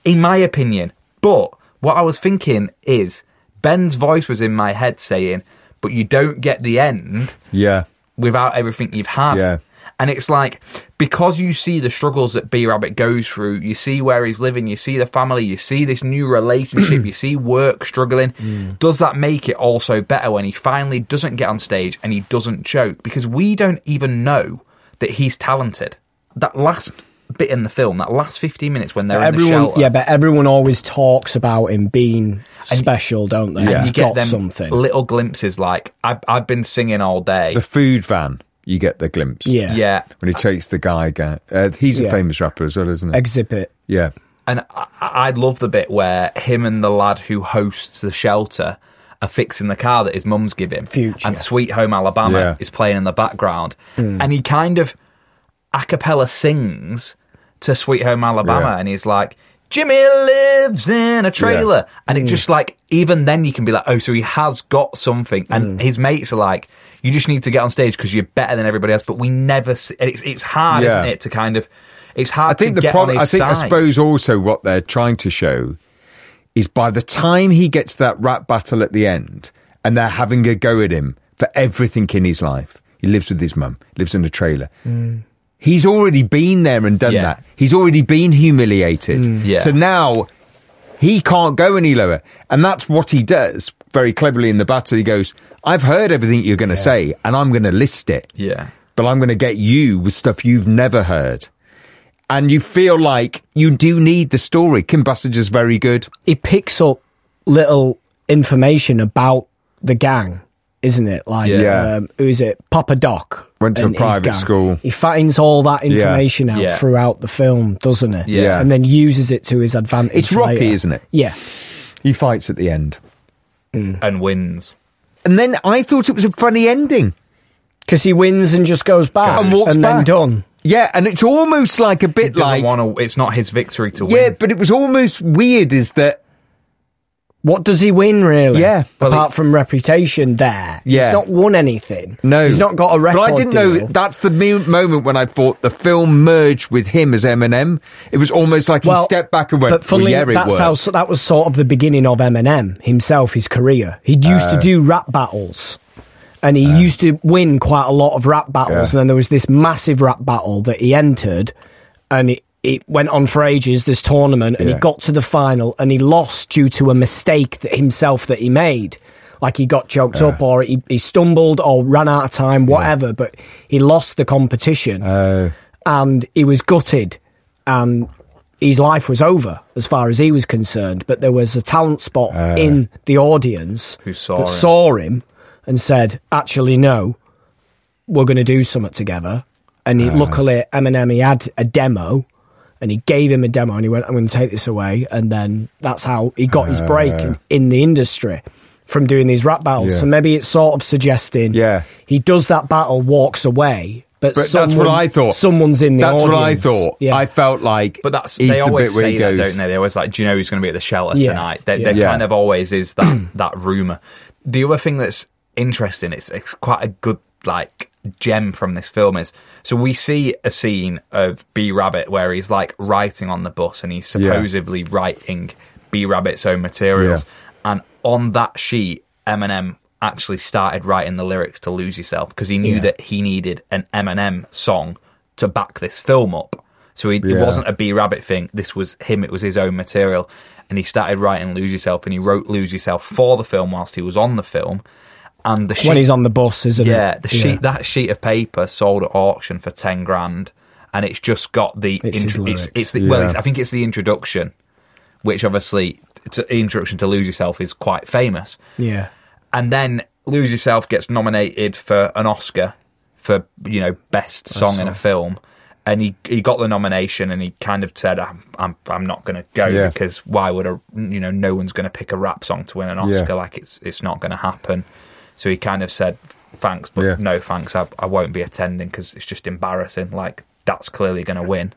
S1: in my opinion. But what I was thinking is Ben's voice was in my head saying, but you don't get the end
S3: Yeah.
S1: without everything you've had.
S3: Yeah.
S1: And it's like because you see the struggles that B Rabbit goes through, you see where he's living, you see the family, you see this new relationship, you see work struggling.
S2: Mm.
S1: Does that make it also better when he finally doesn't get on stage and he doesn't choke? Because we don't even know that he's talented. That last bit in the film, that last fifteen minutes when they're in the
S2: everyone,
S1: shelter,
S2: yeah, but everyone always talks about him being special, don't they?
S1: and
S2: He's
S1: you get
S2: got
S1: them
S2: something.
S1: little glimpses. Like I've, I've been singing all day.
S3: The food van, you get the glimpse.
S2: yeah.
S1: yeah,
S3: When he takes the guy down. Uh, he's a
S2: Yeah.
S3: famous rapper as well, isn't he?
S2: Exhibit.
S3: yeah.
S1: And I, I love the bit where him and the lad who hosts the shelter are fixing the car that his mum's giving.
S2: Future.
S1: And Sweet Home Alabama
S3: Yeah.
S1: is playing in the background. And he kind of a cappella sings to Sweet Home Alabama
S3: Yeah.
S1: and he's like, Jimmy lives in a trailer. And it just like, even then you can be like, oh, so he has got something. And his mates are like, you just need to get on stage because you're better than everybody else. But we never, see, it's, it's hard,
S3: Yeah.
S1: isn't it, to kind of, it's hard
S3: I think
S1: to
S3: the
S1: get
S3: problem.
S1: on
S3: I
S1: his
S3: think I
S1: side.
S3: suppose also what they're trying to show is by the time he gets to that rap battle at the end, and they're having a go at him for everything in his life. He lives with his mum. Lives in a trailer. He's already been there and done
S1: Mm. Yeah. Mm.
S3: that. He's already been humiliated.
S1: Yeah.
S3: So now he can't go any lower. And that's what he does very cleverly in the battle. He goes, I've heard everything you're going to say, and I'm going to list it
S1: Yeah.
S3: but I'm going to get you with stuff you've never heard. And you feel like you do need the story. Kim Bassiger's very good.
S2: He picks up little information about the gang, isn't it? Like,
S3: Yeah.
S2: um, who is it? Papa Doc.
S3: Went to a
S2: and his
S3: private
S2: gang.
S3: school.
S2: He finds all that information out
S1: Yeah.
S2: throughout the film, doesn't he?
S3: Yeah.
S2: And then uses it to his advantage.
S3: It's Rocky,
S2: later.
S3: isn't it?
S2: Yeah.
S3: He fights at the end.
S1: and wins.
S3: And then I thought it was a funny ending.
S2: Because he wins and just goes back
S3: And walks
S2: then
S3: back.
S2: done.
S3: Yeah, and it's almost like a bit
S1: Doesn't
S3: like.
S1: wanna, it's not his victory to
S3: yeah,
S1: win.
S3: but it was almost weird is that.
S2: What does he win, really?
S3: Yeah.
S2: Apart from reputation, there.
S3: Yeah.
S2: He's not won anything.
S3: No.
S2: He's not got a record.
S3: But I didn't know.
S2: deal.
S3: That's the me- moment when I thought the film merged with him as Eminem. It was almost like he stepped back and went,
S2: But funnily,
S3: well, yeah, it
S2: that's
S3: worked.
S2: how so that was sort of the beginning of Eminem himself, his career. He used
S3: Uh.
S2: to do rap battles, and he used to win quite a lot of rap battles.
S3: Yeah.
S2: And then there was this massive rap battle that he entered, and it, it went on for ages. This tournament, and
S3: Yeah.
S2: he got to the final, and he lost due to a mistake that himself that he made. Like he got choked up, or he, he stumbled, or ran out of time, whatever. But he lost the competition
S3: Oh.
S2: and he was gutted and his life was over as far as he was concerned but there was a talent spot
S3: Oh.
S2: in the audience
S1: Who saw him.
S2: that saw him and said actually no we're going to do something together and he, luckily Eminem he had a demo and he gave him a demo and he went I'm going to take this away and then that's how he got his break in, in the industry from doing these rap battles
S3: Uh. Yeah.
S2: so maybe it's sort of suggesting
S3: Yeah.
S2: he does that battle walks away but
S3: But that's what I thought.
S2: Someone's in the
S3: That's
S2: audience.
S3: what I thought.
S2: Yeah.
S3: I felt like.
S1: But that's
S3: he's
S1: they
S3: the
S1: always
S3: bit where
S1: say
S3: he
S1: that,
S3: goes,
S1: don't they? They always like, do you know who's going to be at the shelter
S2: Yeah.
S1: tonight? There,
S2: Yeah.
S1: there
S3: Yeah.
S1: kind of always is that that rumor. The other thing that's interesting, it's, it's quite a good like gem from this film is so we see a scene of B Rabbit where he's like writing on the bus and he's
S3: Yeah.
S1: supposedly writing B Rabbit's own materials, and on that sheet, Eminem actually started writing the lyrics to Lose Yourself because he knew that he needed an Eminem song to back this film up. So he, it
S3: Yeah.
S1: wasn't a B Rabbit thing. This was him. It was his own material, and he started writing Lose Yourself, and he wrote Lose Yourself for the film whilst he was on the film. And the sheet,
S2: when he's on the bus, isn't it?
S1: yeah, the sheet that sheet of paper sold at auction for ten grand, and it's just got the
S2: It's his
S1: it's,
S2: lyrics.
S1: it's the well,
S3: Yeah.
S1: it's, I think it's the introduction, which obviously to, the introduction to Lose Yourself is quite famous,
S2: Yeah.
S1: and then Lose Yourself gets nominated for an Oscar for you know best song in a film. And he, he got the nomination, and he kind of said, "I'm I'm, I'm not going to go
S3: Yeah.
S1: because why would a you know no one's going to pick a rap song to win an
S3: Yeah.
S1: Oscar? Like it's it's not going to happen." So he kind of said, "Thanks, but
S3: Yeah.
S1: no thanks. I, I won't be attending because it's just embarrassing. Like that's clearly going to win."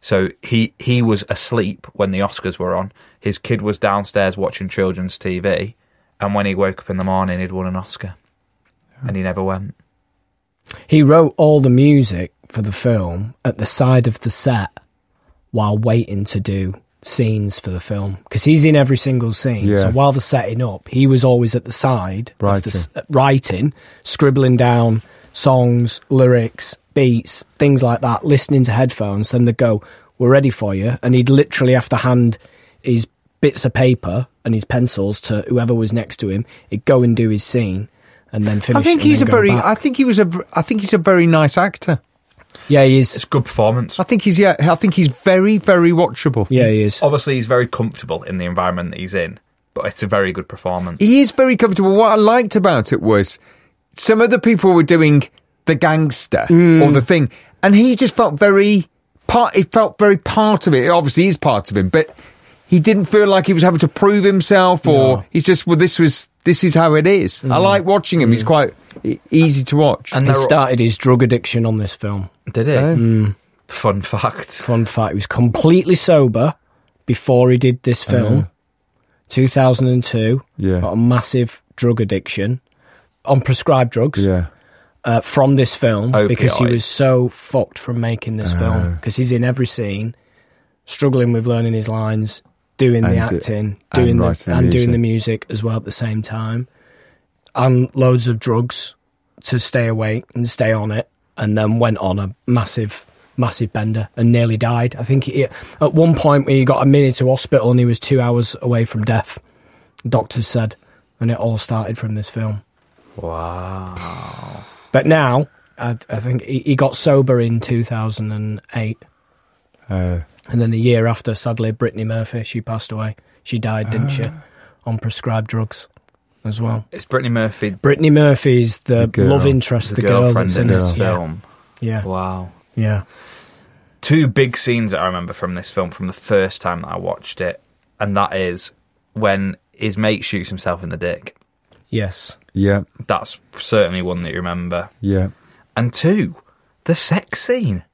S1: So he he was asleep when the Oscars were on. His kid was downstairs watching children's TV, and when he woke up in the morning, he'd won an Oscar, and he never went.
S2: He wrote all the music for the film at the side of the set while waiting to do scenes for the film because he's in every single scene.
S3: Yeah.
S2: So while they're setting up, he was always at the side of the s- uh, writing, scribbling down songs, lyrics, beats, things like that, listening to headphones. Then they'd go, We're ready for you. And he'd literally have to hand his bits of paper and his pencils to whoever was next to him. He'd go and do his scene. And then finish.
S3: I think
S2: it and
S3: he's a
S2: then go
S3: very.
S2: back.
S3: I think he was a. v- I think he's a very nice actor.
S2: yeah, he is.
S1: It's a good performance.
S3: I think he's. Yeah. I think he's very, very watchable.
S2: Yeah, he is.
S1: Obviously, he's very comfortable in the environment that he's in, but it's a very good performance.
S3: He is very comfortable. What I liked about it was some other people were doing the gangster or
S2: Mm.
S3: the thing, and he just felt very part. He felt very part of it. It obviously is part of him, but he didn't feel like he was having to prove himself,
S2: No.
S3: or
S2: Mm.
S3: he's just well, this was this is how it is. I like watching him. He's quite e- easy to watch.
S1: And
S2: He
S1: they're all-
S2: started his drug addiction on this film.
S1: did he?
S3: Mm.
S1: Fun fact.
S2: Fun fact, he was completely sober before he did this film. 2002.
S3: Yeah.
S2: Got a massive drug addiction on prescribed drugs
S3: yeah,
S2: uh, from this film because he
S1: Opioids.
S2: was so fucked from making this
S3: Uh.
S2: film because he's in every scene, struggling with learning his lines, doing the
S3: And do-
S2: acting,
S3: and
S2: doing
S3: writing
S2: the,
S3: the
S2: and doing the music
S3: music.
S2: as well at the same time, and loads of drugs to stay awake and stay on it, and then went on a massive, massive bender and nearly died. I think he, at one point he got admitted to hospital and he was two hours away from death. Doctors said, and it all started from this film.
S1: Wow.
S2: But now, I, I think he, he got sober in 2008.
S3: uh,
S2: And then the year after, sadly, Brittany Murphy, she passed away. She died, didn't she? On prescribed drugs as well.
S1: It's Brittany Murphy,
S2: Brittany Murphy is the,
S3: The girl.
S2: love interest,
S1: the,
S2: the, girl
S1: girlfriend
S2: that's in
S1: in this
S2: it.
S1: film.
S2: Yeah. yeah.
S1: Wow.
S2: Yeah.
S1: two big scenes that I remember from this film from the first time that I watched it, and that is when his mate shoots himself in the dick.
S2: Yes.
S3: yeah,
S1: That's certainly one that you remember.
S3: yeah.
S1: And two, the sex scene.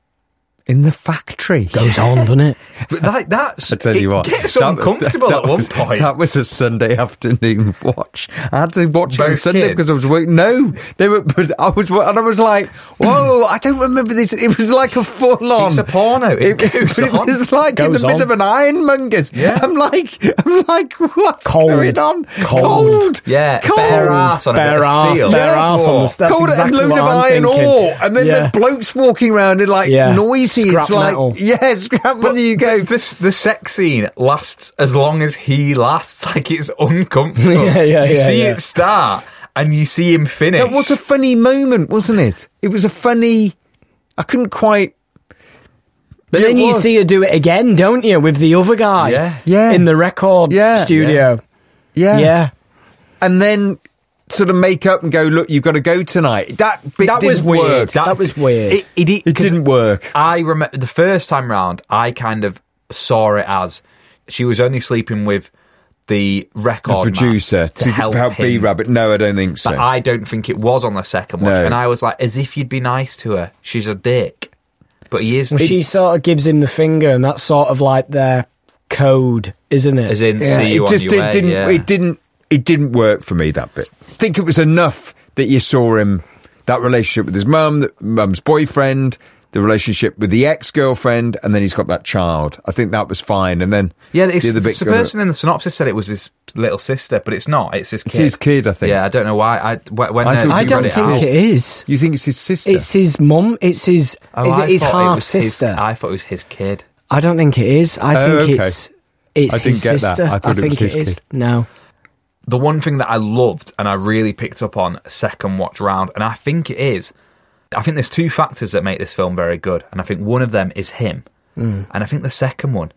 S3: In the factory.
S2: Goes on, doesn't it?
S1: But That, that's
S3: I tell you
S1: it
S3: what,
S1: gets
S3: that-
S1: uncomfortable
S3: that
S1: at one
S3: was-
S1: point.
S3: That was a Sunday afternoon watch. I had to watch it on
S1: Both
S3: Sunday
S1: kids?
S3: because I was working. No, they were. But I was, and I was like, "Whoa, I don't remember this." It was like a full on.
S1: It's a porno. It goes
S3: it
S1: on.
S3: was like in the
S2: Goes
S3: middle
S2: on.
S3: of an ironmonger's.
S1: Yeah.
S3: I'm like, I'm like, what's
S2: Cold.
S3: going on?
S2: Cold.
S1: Yeah,
S3: cold.
S1: bare ass on a
S2: Bare
S1: bit of
S2: ass,
S1: steel.
S2: bare ass on the stairs. That's
S3: cold
S2: exactly
S3: and load
S2: what
S3: of
S2: I'm
S3: iron
S2: thinking.
S3: ore, and then
S2: Yeah.
S3: the blokes walking around and like
S2: Yeah.
S3: noisy.
S2: Scrap
S3: it's like
S2: metal.
S3: yeah, scrap metal. You go.
S1: This the sex scene lasts as long as he lasts. Like it's uncomfortable.
S2: Yeah, yeah,
S1: You
S2: yeah,
S1: see
S2: yeah.
S1: it start and you see him finish.
S3: That was a funny moment, wasn't it? It was a funny. I couldn't quite.
S2: But
S3: It
S2: then you
S3: was.
S2: see her do it again, don't you, with the other guy?
S1: Yeah.
S3: Yeah.
S2: In the record
S3: Yeah.
S2: studio.
S3: Yeah.
S2: Yeah.
S3: And then sort of make up and go, look, you've got to go tonight. That bit
S2: That was
S3: didn't
S2: weird.
S3: work.
S2: That, was weird.
S1: It, it,
S3: It didn't work.
S1: I remember the first time round, I kind of saw it as she was only sleeping with the record man to, help, him.
S3: B Rabbit. No, I don't think so.
S1: But I don't think it was on the second watch,
S3: No.
S1: and I was like, as if you'd be nice to her. She's a dick, but he is.
S2: Well, she sort of gives him the finger, and that's sort of like their code, isn't it?
S1: as in see you
S3: it
S1: on
S3: just
S1: your
S3: did,
S1: way,
S3: didn't.
S1: yeah.
S3: It didn't. It didn't work for me that bit. I think it was enough that you saw him that relationship with his mum, that mum's boyfriend, the the relationship with the ex girlfriend, and then he's got that child. I think that was fine. And then
S1: Yeah, it's,
S3: the other
S1: it's
S3: bit
S1: the
S3: got a-
S1: person in the synopsis said it was his little sister, but it's not. It's his kid.
S3: It's his kid, I think.
S1: Yeah, I don't know why. I wh- when
S3: I
S1: uh,
S3: thought
S1: we
S3: he
S2: I
S1: read
S2: don't
S1: it
S2: think
S1: out-
S2: it is.
S3: You think it's his sister?
S2: It's his mum. It's his.
S1: Oh,
S2: is
S1: I
S2: it his
S1: thought
S2: half
S1: was his-
S2: sister?
S1: I thought it was his kid.
S2: I don't think it is. I
S3: Oh,
S2: think
S3: okay.
S2: it's it's
S3: I didn't
S2: his
S3: get that.
S2: sister.
S3: I thought it
S2: think
S3: was his
S2: it is.
S3: kid.
S2: No,
S1: The one thing that I loved and I really picked up on second watch round, and I think it is, I think there's two factors that make this film very good, and I think one of them is him,
S2: Hmm.
S1: and I think the second one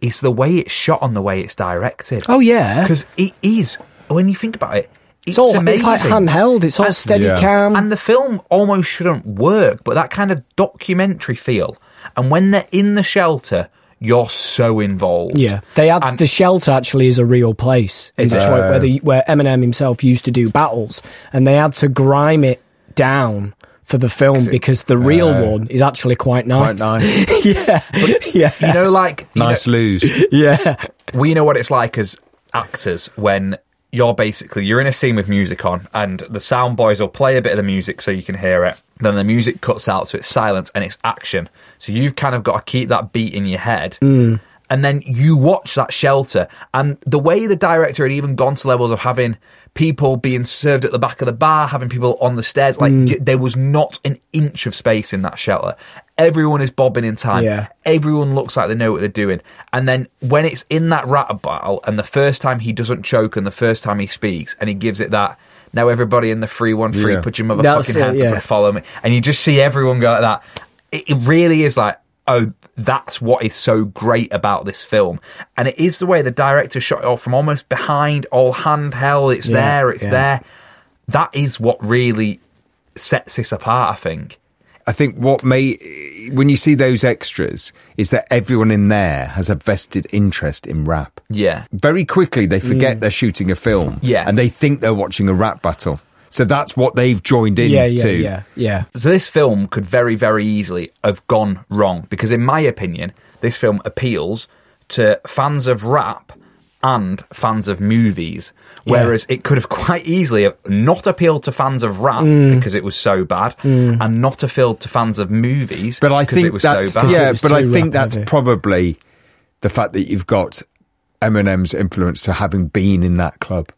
S1: is the way it's shot and the way it's directed.
S2: Oh, yeah.
S1: because it is. When you think about it, it's,
S2: it's all
S1: amazing.
S2: it's like handheld. It's all
S1: And-
S2: steady
S3: Yeah.
S2: cam.
S1: and the film almost shouldn't work, but that kind of documentary feel. And when they're in the shelter, you're so involved.
S2: yeah, they had
S1: And-
S2: the shelter actually is a real place in
S1: Is it? Uh.
S2: Detroit where the, where Eminem himself used to do battles, and they had to grime it down for the film because the real
S1: Uh.
S2: one is actually quite nice.
S3: Quite nice.
S1: You know, like you know-
S3: nice lose.
S2: Yeah,
S1: we know what it's like as actors when you're basically you're in a scene with music on and the sound boys will play a bit of the music so you can hear it then the music cuts out so it's silence and it's action so you've kind of got to keep that beat in your head and then you watch that shelter and the way the director had even gone to levels of having people being served at the back of the bar having people on the stairs like y there was not an inch of space in that shelter everyone is bobbing in time
S2: Yeah.
S1: everyone looks like they know what they're doing. And then when it's in that rat battle, and the first time he doesn't choke, and the first time he speaks, and he gives it that. Now everybody in the three one three,
S3: Yeah.
S1: put your
S2: That's
S1: motherfucking
S2: it,
S1: hands
S2: yeah.
S1: up and follow me. And you just see everyone go like that. It, it really is like, oh, that's what is so great about this film. And it is the way the director shot it off from almost behind, all handheld. It's
S2: Yeah,
S1: there, it's
S2: yeah.
S1: there. That is what really sets this apart. I think.
S3: I think what may when you see those extras is that everyone in there has a vested interest in rap.
S1: Yeah.
S3: Very quickly they forget
S2: Mm.
S3: they're shooting a film.
S1: Yeah.
S3: And they think they're watching a rap battle. So that's what they've joined in
S2: yeah, yeah,
S3: to.
S2: yeah, yeah.
S1: So this film could very, very easily have gone wrong because, in my opinion, this film appeals to fans of rap and fans of movies, whereas it could have quite easily have not appealed to fans of rap because it was so bad, and not appealed to fans of movies
S3: But I
S1: because
S3: think
S1: it was
S3: that's
S1: so bad.
S3: yeah,
S2: was
S3: but I
S2: too
S3: think
S2: rap
S3: that's
S2: heavy.
S3: probably the fact that you've got Eminem's influence to having been in that club.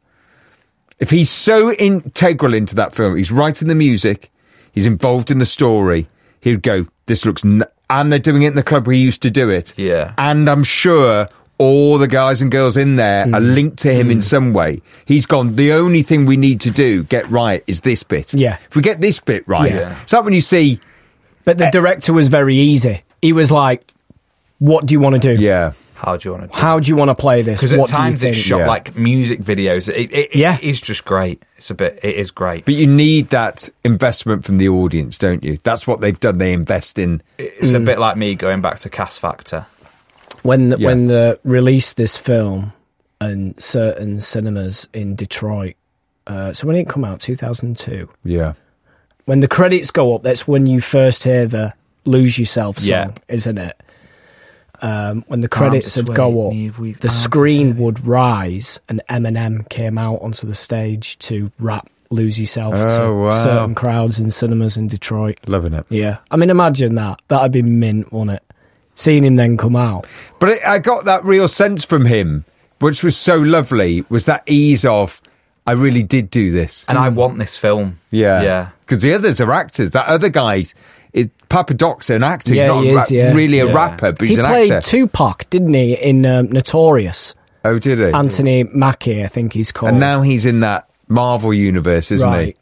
S3: If he's so integral into that film, he's writing the music, he's involved in the story, he'd go, "This looks," n-. and they're doing it in the club we used to do it.
S1: Yeah.
S3: and I'm sure. All the guys and girls in there are
S2: Mm.
S3: linked to him in some way. He's gone. The only thing we need to do get right is this bit.
S2: Yeah.
S3: if we get this bit right,
S1: Yeah.
S3: it's like when you see,
S2: But
S3: Eh.
S2: the director was very easy. He was like, "What do you want to do?
S3: yeah,
S1: How do you want to?
S2: How do you want to play this?
S1: Because
S2: What
S1: at
S2: do you
S1: times
S2: think?"
S1: it's shot
S3: Yeah.
S1: like music videos. It, it,
S2: Yeah.
S1: it is just great. It's a bit. It is great.
S3: But you need that investment from the audience, don't you? That's what they've done. They invest in.
S1: It's a bit like me going back to Cast Factor.
S2: when the,
S3: Yeah.
S2: when they released this film in certain cinemas in Detroit. Uh, so when it come out, two thousand two.
S3: Yeah.
S2: When the credits go up, that's when you first hear the "Lose Yourself" song,
S1: Yeah.
S2: isn't it? Um, when the
S1: Arms
S2: credits
S1: are
S2: would go
S1: swaying,
S2: up,
S1: we've-
S2: the
S1: arms are
S2: screen would rise, and Eminem came out onto the stage to rap "Lose Yourself" to
S3: Oh, wow.
S2: certain crowds in cinemas in Detroit.
S3: Loving it.
S2: Yeah, I mean, imagine that. That'd be mint, wouldn't it? Seeing him then come out.
S3: But it, I got that real sense from him, which was so lovely, was that ease of, I really did do this.
S1: And I want this film.
S3: Yeah.
S1: Yeah.
S3: Because the others are actors. That other guy, it, Papa Doc's an actor. he's
S2: Yeah,
S3: not
S2: he
S3: a
S2: is, yeah.
S3: really a
S1: Yeah.
S3: rapper, but he's
S2: he
S3: an
S2: played
S3: actor.
S2: Tupac, didn't he, in um, Notorious?
S3: oh, did he?
S2: Anthony Mackie, I think he's called.
S3: and now he's in that Marvel universe, isn't
S2: right?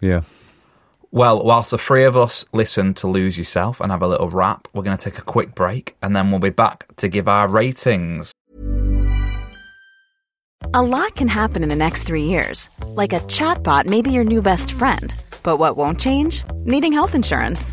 S3: he? Yeah.
S1: Well, whilst the three of us listen to Lose Yourself and have a little rap, we're going to take a quick break and then we'll be back to give our ratings.
S4: A lot can happen in the next three years. Like a chatbot may be your new best friend. But what won't change? Needing health insurance.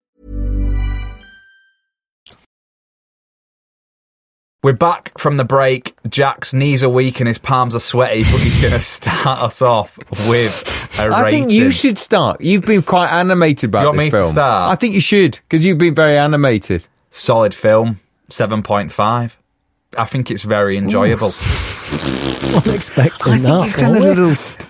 S1: We're back from the break. Jack's knees are weak and his palms are sweaty, but he's going to start us off with a
S3: I
S1: rating.
S3: think you should start. You've been quite animated about
S1: You want
S3: this
S1: me to
S3: film.
S1: start?
S3: I think you should because you've been very animated.
S1: Solid film, 7.5. I think it's very enjoyable.
S2: I'm expecting that.
S3: you've done a
S2: weren't we?
S3: little,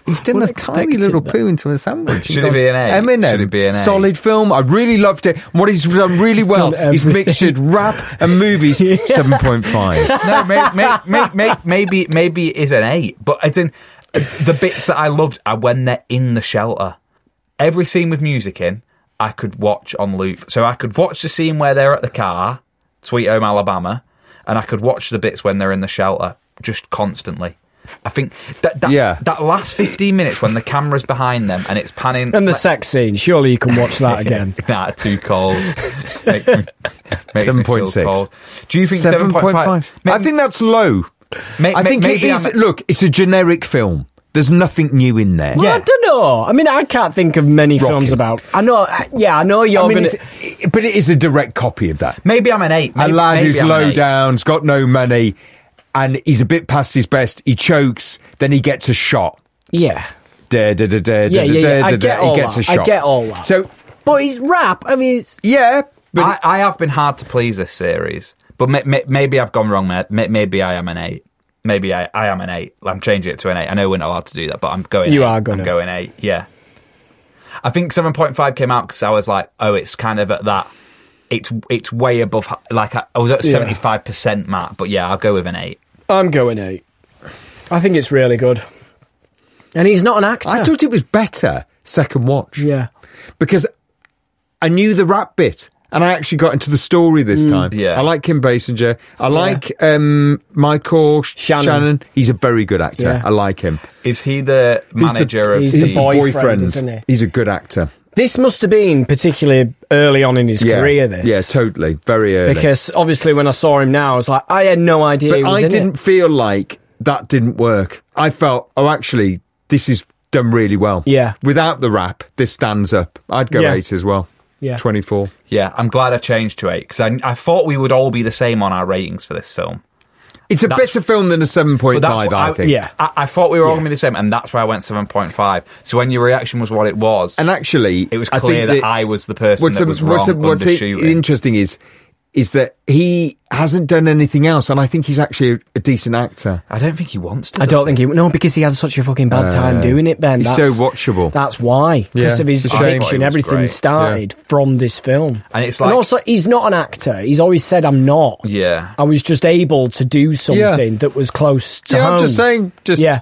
S3: you've done
S2: We're
S3: Oh, a tiny
S2: expecting
S3: little
S2: that.
S3: poo into a sandwich.
S1: Should it be an A?
S3: Eminem,
S1: Should it be an A?
S3: solid film. I really loved it. What he's done really well
S2: done
S3: is
S2: everything.
S3: mixtured rap and movies. Seven point five.
S1: no, may, may, may, may, maybe maybe it is an eight, but as in uh, the bits that I loved are when they're in the shelter. Every scene with music in, I could watch on loop. So I could watch the scene where they're at the car, Sweet Home Alabama, and I could watch the bits when they're in the shelter just constantly. I think that that,
S3: Yeah.
S1: that last fifteen minutes when the camera's behind them and it's panning
S2: And the sex scene. Surely you can watch that again.
S1: Nah, too cold. Makes me- makes me feel
S3: 7.6.
S1: cold. Do you think
S3: Seven point five. I think that's low.
S1: May-
S3: I
S1: may-
S3: think it
S1: maybe
S3: is.
S1: I'm-
S3: Look, it's a generic film. There's nothing new in there.
S2: Well, I don't know. I mean, I can't think of many films
S3: Rocky.
S2: about. I know. I- Yeah, I know you're
S3: I mean,
S2: gonna.
S3: it's, it- but it is a direct copy of that.
S1: Maybe I'm an eight. Maybe,
S3: a lad
S1: maybe
S3: who's
S1: I'm an
S3: low
S1: eight.
S3: down's got no money, and he's a bit past his best. He chokes, then he gets a shot.
S2: Yeah,
S3: Da, da, da, da,
S2: yeah,
S3: da,
S2: yeah.
S3: da,
S2: yeah. I
S3: da,
S2: get
S3: da,
S2: all
S3: he gets
S2: that.
S3: a shot.
S2: I get all that.
S3: So
S2: but his rap. I mean, it's,
S3: yeah, but
S1: I, I have been hard to please this series, but may, may, maybe I've gone wrong. ma- May, maybe I am an eight. Maybe I, I am an eight. I'm changing it to an eight. I know we're not allowed to do that, but I'm going.
S2: You
S1: eight.
S2: are gonna.
S1: I'm going eight. Yeah. I think seven point five came out because I was like, oh, it's kind of at that. It's it's way above. h- Like I, I was at
S2: Yeah.
S1: seventy five percent mark, but yeah, I'll go with an eight.
S2: I'm going eight. I think it's really good. And he's not an actor.
S3: I thought it was better second watch
S2: yeah.
S3: because I knew the rap bit. And I actually got into the story
S2: Mm.
S3: this time.
S1: Yeah.
S3: I like Kim Basinger. I like um, Michael Sh-
S2: Shannon.
S3: Shannon. He's a very good actor.
S2: Yeah.
S3: I like him.
S1: Is he the manager
S2: he's
S1: of
S2: the
S1: the?
S2: boy- Boyfriend, isn't he?
S3: He's a good actor.
S2: This must have been particularly early on in his
S3: yeah.
S2: career. This.
S3: Yeah, totally. Very early.
S2: Because obviously, when I saw him now, I was like, I had no idea.
S3: but
S2: he was
S3: I
S2: in
S3: didn't
S2: It.
S3: feel like that didn't work. I felt, oh, actually, this is done really well.
S2: Yeah.
S3: Without the rap, this stands up. I'd go
S2: Yeah.
S3: eight as well.
S2: Yeah.
S3: 24.
S1: yeah, I'm glad I changed to eight because I, I thought we would all be the same on our ratings for this film.
S3: It's a
S1: That's-
S3: better film than a 7.5,
S1: what
S3: I, think.
S2: yeah.
S1: I, I thought we were all
S2: Yeah.
S1: going to be the same, and that's why I went seven point five. So when your reaction was what it was,
S3: And actually,
S1: it was
S3: I
S1: clear
S3: think
S1: that, I was the person
S3: what's
S1: that
S3: a-
S1: was
S3: what's a-
S1: wrong
S3: what's
S1: under
S3: i-
S1: shooting.
S3: interesting is, is that he hasn't done anything else, and I think he's actually a, a decent actor.
S1: I don't think he wants to.
S2: I
S1: does
S2: don't
S1: he?
S2: think he no because he had such a fucking bad time doing it. Ben,
S3: he's so
S2: That's-
S3: watchable.
S2: That's why because
S3: Yeah,
S2: of his
S3: it's a shame. I thought it
S2: addiction.
S1: was
S2: Everything
S1: great.
S2: started from this film,
S1: And it's like-
S2: also he's not an actor. He's always said, "I'm not."
S1: Yeah.
S2: I was just able to do something that was close to
S3: yeah,
S2: home.
S3: I'm just saying, just,
S2: Oh. yeah,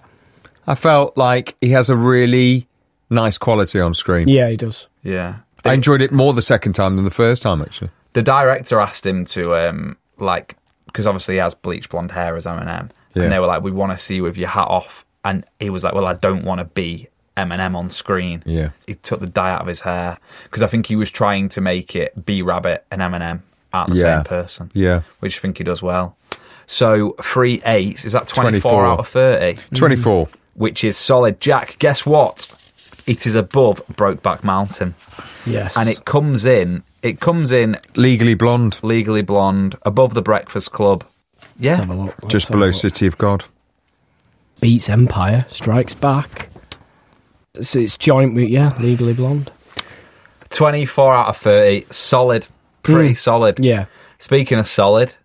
S3: I felt like he has a really nice quality on screen.
S2: yeah, he does.
S1: Yeah.
S3: I enjoyed it more the second time than the first time, actually.
S1: The director asked him to um like because obviously he has bleached blonde hair as Eminem,
S3: Yeah.
S1: and they were like, "We want to see you with your hat off," and he was like, "Well, I don't want to be." Eminem on screen.
S3: Yeah.
S1: he took the dye out of his hair because I think he was trying to make it B Rabbit and Eminem aren't the
S3: Yeah.
S1: same person.
S3: Yeah.
S1: which I think he does well. So three eights is that twenty four
S3: 24.
S1: out of thirty?
S2: Mm.
S3: 24.
S1: which is solid. Jack, guess what? It is above Brokeback Mountain,
S2: Yes,
S1: and it comes in. It comes in
S3: Legally Blonde,
S1: Legally Blonde, above The Breakfast Club.
S2: Let's have
S1: Yeah,
S2: a look. Let's
S3: just
S2: have a
S3: below
S2: look.
S3: City of God.
S2: beats Empire, Strikes Back. So it's joint with yeah, Legally Blonde.
S1: twenty-four out of thirty, solid, pretty
S2: Mm.
S1: solid.
S2: Yeah,
S1: Speaking of solid,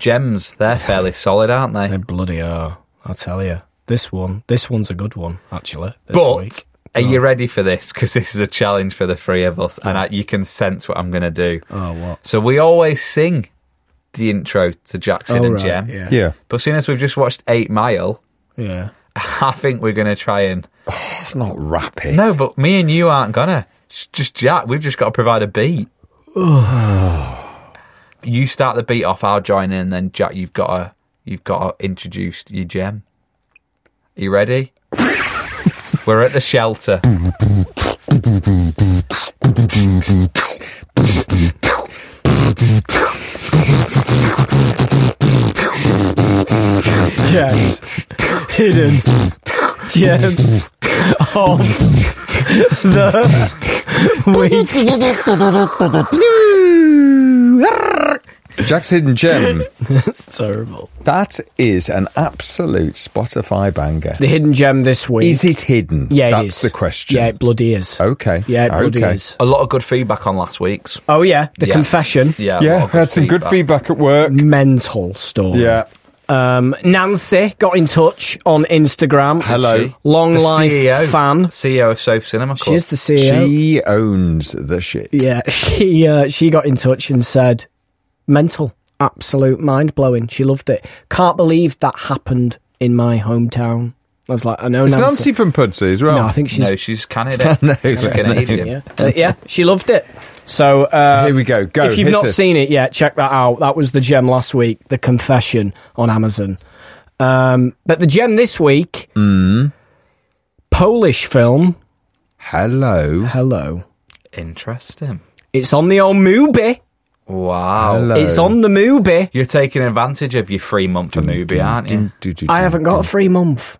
S1: gems. They're fairly solid, aren't
S2: They
S1: they?
S2: bloody are. I tell you, this one, this one's a good one actually. This week.
S1: But are
S2: Oh.
S1: you ready for this? Because this is a challenge for the three of us, and I, you can sense what I'm going to do.
S2: Oh what?
S1: So we always sing the intro to Jackson
S2: Oh,
S1: and
S2: right,
S1: Jem.
S2: yeah.
S3: Yeah.
S1: But seeing as we've just watched Eight Mile,
S2: Yeah.
S1: I think we're going to try and.
S3: It's not rapid.
S1: No, but me and you aren't going to. Just Jack, we've just got to provide a beat. you start the beat off, I'll join in, then Jack, you've got to, you've got to introduce your gem. Are you ready? we're at the shelter.
S2: Yes. Hidden. Gem. Of the week.
S3: Jackson Gem.
S2: It's terrible.
S3: that is an absolute Spotify banger.
S2: The hidden gem this week.
S3: Is it hidden?
S2: Yeah, it
S3: That's
S2: is.
S3: the question.
S2: Yeah, it bloody is.
S3: Okay.
S2: Yeah, it bloody
S3: Okay.
S2: is.
S1: A lot of good feedback on last week's.
S2: Oh yeah, the
S1: Yeah.
S2: confession.
S1: Yeah, a lot
S3: Yeah,
S1: of good
S3: had some good feedback at work.
S2: Mental story.
S3: Yeah.
S2: Um, Nancy got in touch on Instagram.
S3: Hello.
S2: Long
S1: The E
S2: life
S1: CEO,
S2: fan.
S1: CEO of Soap Cinema Club.
S2: She is the E CEO.
S3: She owns the shit.
S2: Yeah, she uh, she got in touch and said, "Mental, absolute mind blowing." She loved it. Can't believe that happened in my hometown. I was like, I know
S3: It's
S2: Nancy.
S3: Nancy Oh, from Pudsey as well.
S2: No, I think she's
S1: no, she's Canada.
S3: No,
S1: she's
S3: right,
S1: Canadian.
S2: yeah, Uh, yeah. She loved it. So uh,
S3: Here we go. Go,
S2: If you've
S3: hit
S2: not
S3: us.
S2: seen it yet, check that out. That was the gem last week, the confession on Amazon. Um, but the gem this week,
S3: Mm.
S2: Polish film.
S3: Hello.
S2: Hello,
S1: Interesting.
S2: it's on the old movie.
S1: Wow.
S3: Hello.
S2: It's on the movie.
S1: You're taking advantage of your free month for movie, aren't you?
S3: Do, do, do,
S2: I haven't got a free month.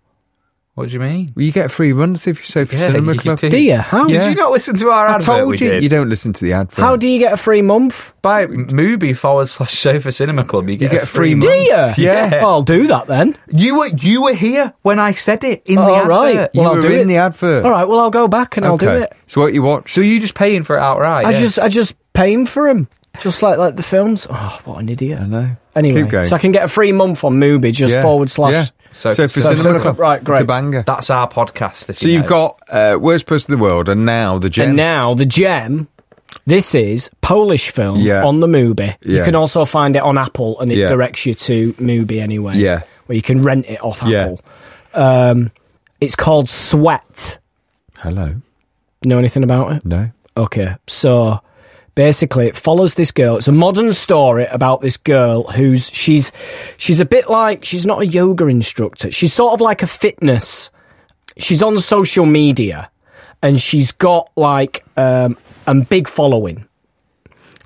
S1: What do you mean?
S3: Well, you get free runs if you say for
S1: Yeah,
S3: Cinema
S1: you
S3: Club.
S1: do.
S2: Do you? How?
S3: Yeah.
S1: Did you not listen to our
S3: I
S1: advert?
S3: told
S1: we
S3: you
S1: did?
S3: you don't listen to the advert.
S2: How do you get a free month?
S1: By movie forward slash show for cinema club, you get,
S3: get
S1: a
S3: a
S1: free.
S3: free
S1: month.
S3: month.
S2: Do you?
S1: Yeah. Oh.
S2: I'll do that then.
S1: You were you were here when I said it in the
S2: All
S1: advert.
S2: Oh, right.
S3: You
S2: Well, I'll
S3: were
S2: do
S3: in
S2: it.
S3: the advert.
S2: All right. Well, I'll go back and
S3: Okay.
S2: I'll do it.
S3: So what you watch?
S1: So you just paying for it outright?
S2: I
S1: yeah?
S2: just, I just paying for him, just like like the films. Oh, what an idiot! I
S3: know.
S2: Anyway,
S3: Keep going.
S2: so I can get a free month on Mubi, just
S3: Yeah,
S2: forward slash.
S3: yeah.
S1: So-
S3: So,
S1: so
S3: for
S1: Cinema
S3: Cinema,
S2: Club,
S3: Club,
S2: right,
S3: It's a
S2: great.
S3: banger.
S1: that's our podcast. If
S3: so
S1: you
S3: you've
S1: know.
S3: got uh, worst person in the world, and now the gem.
S2: And now the gem. This is Polish film
S3: Yeah.
S2: on the Mubi. You
S3: Yeah.
S2: can also find it on Apple, and it
S3: Yeah.
S2: directs you to Mubi anyway.
S3: Yeah.
S2: where you can rent it off
S3: Yeah.
S2: Apple. Um, it's called Sweat.
S3: Hello.
S2: Know anything about it?
S3: No.
S2: Okay, so basically, it follows this girl. It's a modern story about this girl who's she's she's a bit like she's not a yoga instructor. She's sort of like a fitness. She's on social media, and she's got like um, a big following,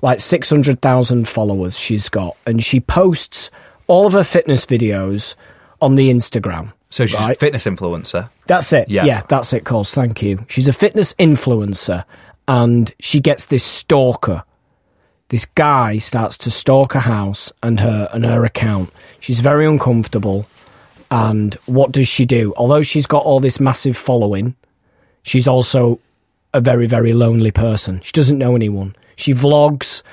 S2: like six hundred thousand followers. She's got, and she posts all of her fitness videos on the Instagram.
S1: so she's a
S2: right?
S1: fitness influencer.
S2: That's it.
S1: Yeah.
S2: Yeah. that's it, Coles. Thank you. She's a fitness influencer and she gets this stalker. This guy starts to stalk her house and her and her account. She's very uncomfortable. And what does she do? Although she's got all this massive following, she's also a very, very lonely person. She doesn't know anyone. She vlogs